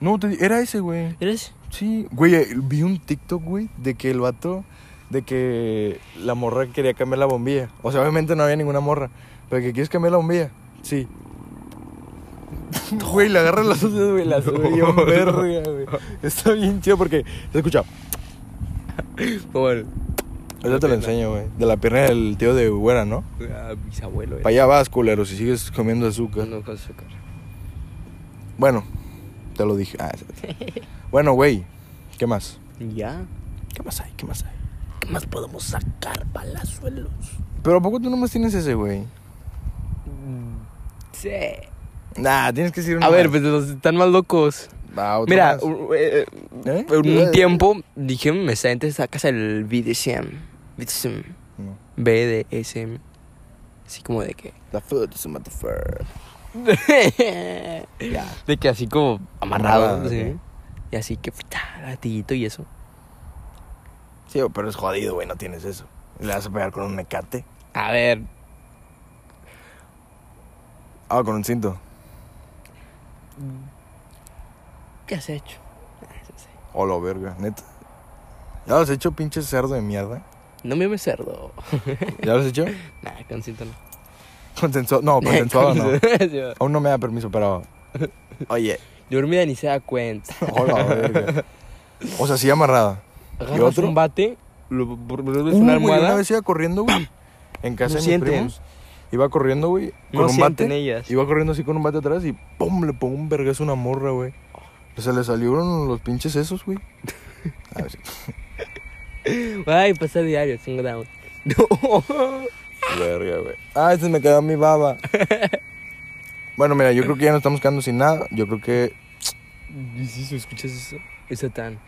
[SPEAKER 1] No, te- era ese, güey.
[SPEAKER 2] ¿Eres?
[SPEAKER 1] Sí, güey, eh, vi un TikTok, güey, de que el vato, de que la morra quería cambiar la bombilla. O sea, obviamente no había ninguna morra, pero que quieres cambiar la bombilla. Sí. Güey, le agarra las dos, güey, las sube bien verga, güey. Está bien chido porque se escucha.
[SPEAKER 2] Bueno,
[SPEAKER 1] Eso te lo enseño, güey. De la pierna del tío de Güera, ¿no?
[SPEAKER 2] a bisabuelo.
[SPEAKER 1] Para allá vas, culero, si sigues comiendo azúcar.
[SPEAKER 2] No, con azúcar.
[SPEAKER 1] Bueno, te lo dije. Ah, espérate. bueno, güey, ¿qué más?
[SPEAKER 2] Ya.
[SPEAKER 1] ¿Qué más hay? ¿Qué más hay?
[SPEAKER 2] ¿Qué más podemos sacar, palazuelos?
[SPEAKER 1] Pero ¿a poco tú nomás tienes ese, güey?
[SPEAKER 2] Mm, Sí.
[SPEAKER 1] Nah, tienes que decir uno
[SPEAKER 2] A ver,
[SPEAKER 1] más.
[SPEAKER 2] pues los están más locos.
[SPEAKER 1] Va, otro
[SPEAKER 2] Mira,
[SPEAKER 1] más.
[SPEAKER 2] u- eh,
[SPEAKER 1] ¿Eh?
[SPEAKER 2] en un tiempo dije, me está entre sacas el BDSM. BDSM.
[SPEAKER 1] No.
[SPEAKER 2] BDSM. Así como de que.
[SPEAKER 1] The food is a motherfucker. Ya.
[SPEAKER 2] De que así como amarrado.
[SPEAKER 1] Amarrado,
[SPEAKER 2] sí.
[SPEAKER 1] ok.
[SPEAKER 2] Y así que ta, gatillito y eso.
[SPEAKER 1] Sí, pero es jodido, güey, no tienes eso. Le vas a pegar con un mecate.
[SPEAKER 2] A ver,
[SPEAKER 1] Ah, con un cinto.
[SPEAKER 2] ¿qué has hecho? Ah,
[SPEAKER 1] Hola, verga, neta. ¿Ya los has hecho, pinche cerdo de mierda?
[SPEAKER 2] No me me cerdo.
[SPEAKER 1] ¿Ya los has hecho?
[SPEAKER 2] Nada, consiento no.
[SPEAKER 1] Consensuado, no, consensuado no.
[SPEAKER 2] Yo
[SPEAKER 1] Aún no me da permiso, pero... Oye.
[SPEAKER 2] dormida ni se da cuenta.
[SPEAKER 1] Hola, verga. O sea, sí amarrada.
[SPEAKER 2] Agarras
[SPEAKER 1] otro?
[SPEAKER 2] un bate, lo vuelves
[SPEAKER 1] Uh, güey,
[SPEAKER 2] una almohada.
[SPEAKER 1] una vez iba corriendo, güey. En casa
[SPEAKER 2] No
[SPEAKER 1] de mis
[SPEAKER 2] sienten.
[SPEAKER 1] primos. Iba corriendo, güey.
[SPEAKER 2] No
[SPEAKER 1] Con un
[SPEAKER 2] sienten
[SPEAKER 1] bate.
[SPEAKER 2] ellas.
[SPEAKER 1] Iba corriendo así con un bate atrás y ¡pum! Le pongo un vergazo a una morra, güey. Se le salieron los pinches esos, güey. A ver, sí.
[SPEAKER 2] Ay, pasa diario, single down. No.
[SPEAKER 1] Verga, güey. Ah, este me quedó mi baba. Bueno, mira, yo creo que ya nos estamos quedando sin nada. Yo creo que.
[SPEAKER 2] ¿Y si se escuchas eso? Es Satán.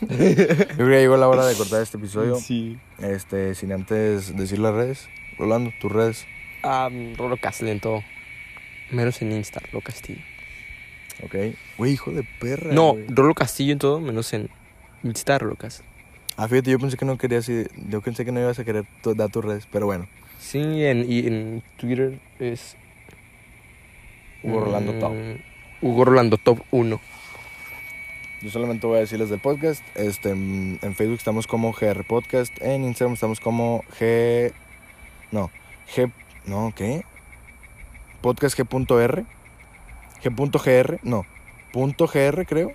[SPEAKER 1] Yo creo que ya llegó la hora de cortar este episodio.
[SPEAKER 2] Sí.
[SPEAKER 1] Este, sin antes decir las redes. Rolando, tus redes.
[SPEAKER 2] Ah, Rolo Castle en todo. Menos en Insta, Rolo Castillo.
[SPEAKER 1] Ok. Güey, hijo de perra.
[SPEAKER 2] No,
[SPEAKER 1] güey.
[SPEAKER 2] Rolo Castillo en todo, menos en Insta, Rolo Castle.
[SPEAKER 1] Ah, fíjate, yo pensé que no querías. ir- Yo pensé que no ibas a querer to- dar tus redes, pero bueno.
[SPEAKER 2] Sí, y en, y en Twitter es.
[SPEAKER 1] Hugo Rolando
[SPEAKER 2] Mm,
[SPEAKER 1] Tau.
[SPEAKER 2] Hugo Rolando Top 1.
[SPEAKER 1] Yo solamente voy a decirles del podcast. Este, mm, en Facebook estamos como GR Podcast. En Instagram estamos como G. No, G. No, ¿qué? Podcast G.R. G.gr. No, punto .gr, creo.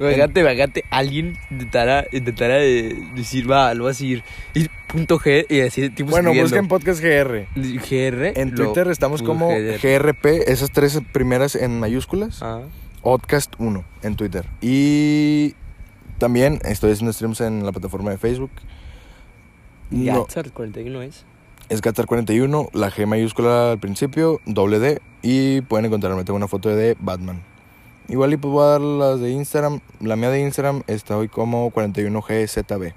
[SPEAKER 2] Vagate, vagate, alguien intentará, intentará eh, decir, va, lo va a decir. Y punto G y decir, tipo,
[SPEAKER 1] Bueno, busquen
[SPEAKER 2] escribiendo.
[SPEAKER 1] Podcast GR.
[SPEAKER 2] GR.
[SPEAKER 1] En
[SPEAKER 2] lo-
[SPEAKER 1] Twitter estamos como
[SPEAKER 2] GR.
[SPEAKER 1] GRP, esas tres primeras en mayúsculas.
[SPEAKER 2] Ah,
[SPEAKER 1] Podcast 1 en Twitter. Y también estoy haciendo streams en la plataforma de Facebook.
[SPEAKER 2] ya,
[SPEAKER 1] No.
[SPEAKER 2] Tzar, 41 es.
[SPEAKER 1] Es Gatar41, la G mayúscula al principio, doble D. Y pueden encontrarme, tengo una foto de Batman. Igual y pues voy a dar las de Instagram. La mía de Instagram está hoy como 41GZB.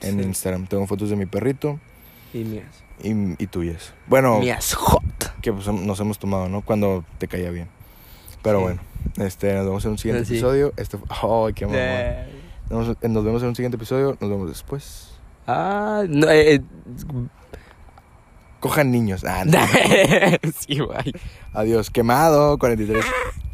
[SPEAKER 1] En
[SPEAKER 2] Sí.
[SPEAKER 1] Instagram tengo fotos de mi perrito
[SPEAKER 2] Y mías.
[SPEAKER 1] y, y tuyas. Bueno,
[SPEAKER 2] Mías hot.
[SPEAKER 1] que pues, nos hemos tomado, ¿no? Cuando te caía bien. Pero
[SPEAKER 2] Sí.
[SPEAKER 1] bueno, este, nos vemos en un siguiente
[SPEAKER 2] Sí.
[SPEAKER 1] episodio. Este, ¡Ay, qué mamón!
[SPEAKER 2] Eh,
[SPEAKER 1] Nos, nos vemos en un siguiente episodio. Nos vemos después.
[SPEAKER 2] Ah, no, eh, eh,
[SPEAKER 1] Cojan niños. Ah, no.
[SPEAKER 2] sí, bye.
[SPEAKER 1] Adiós. Quemado. 43.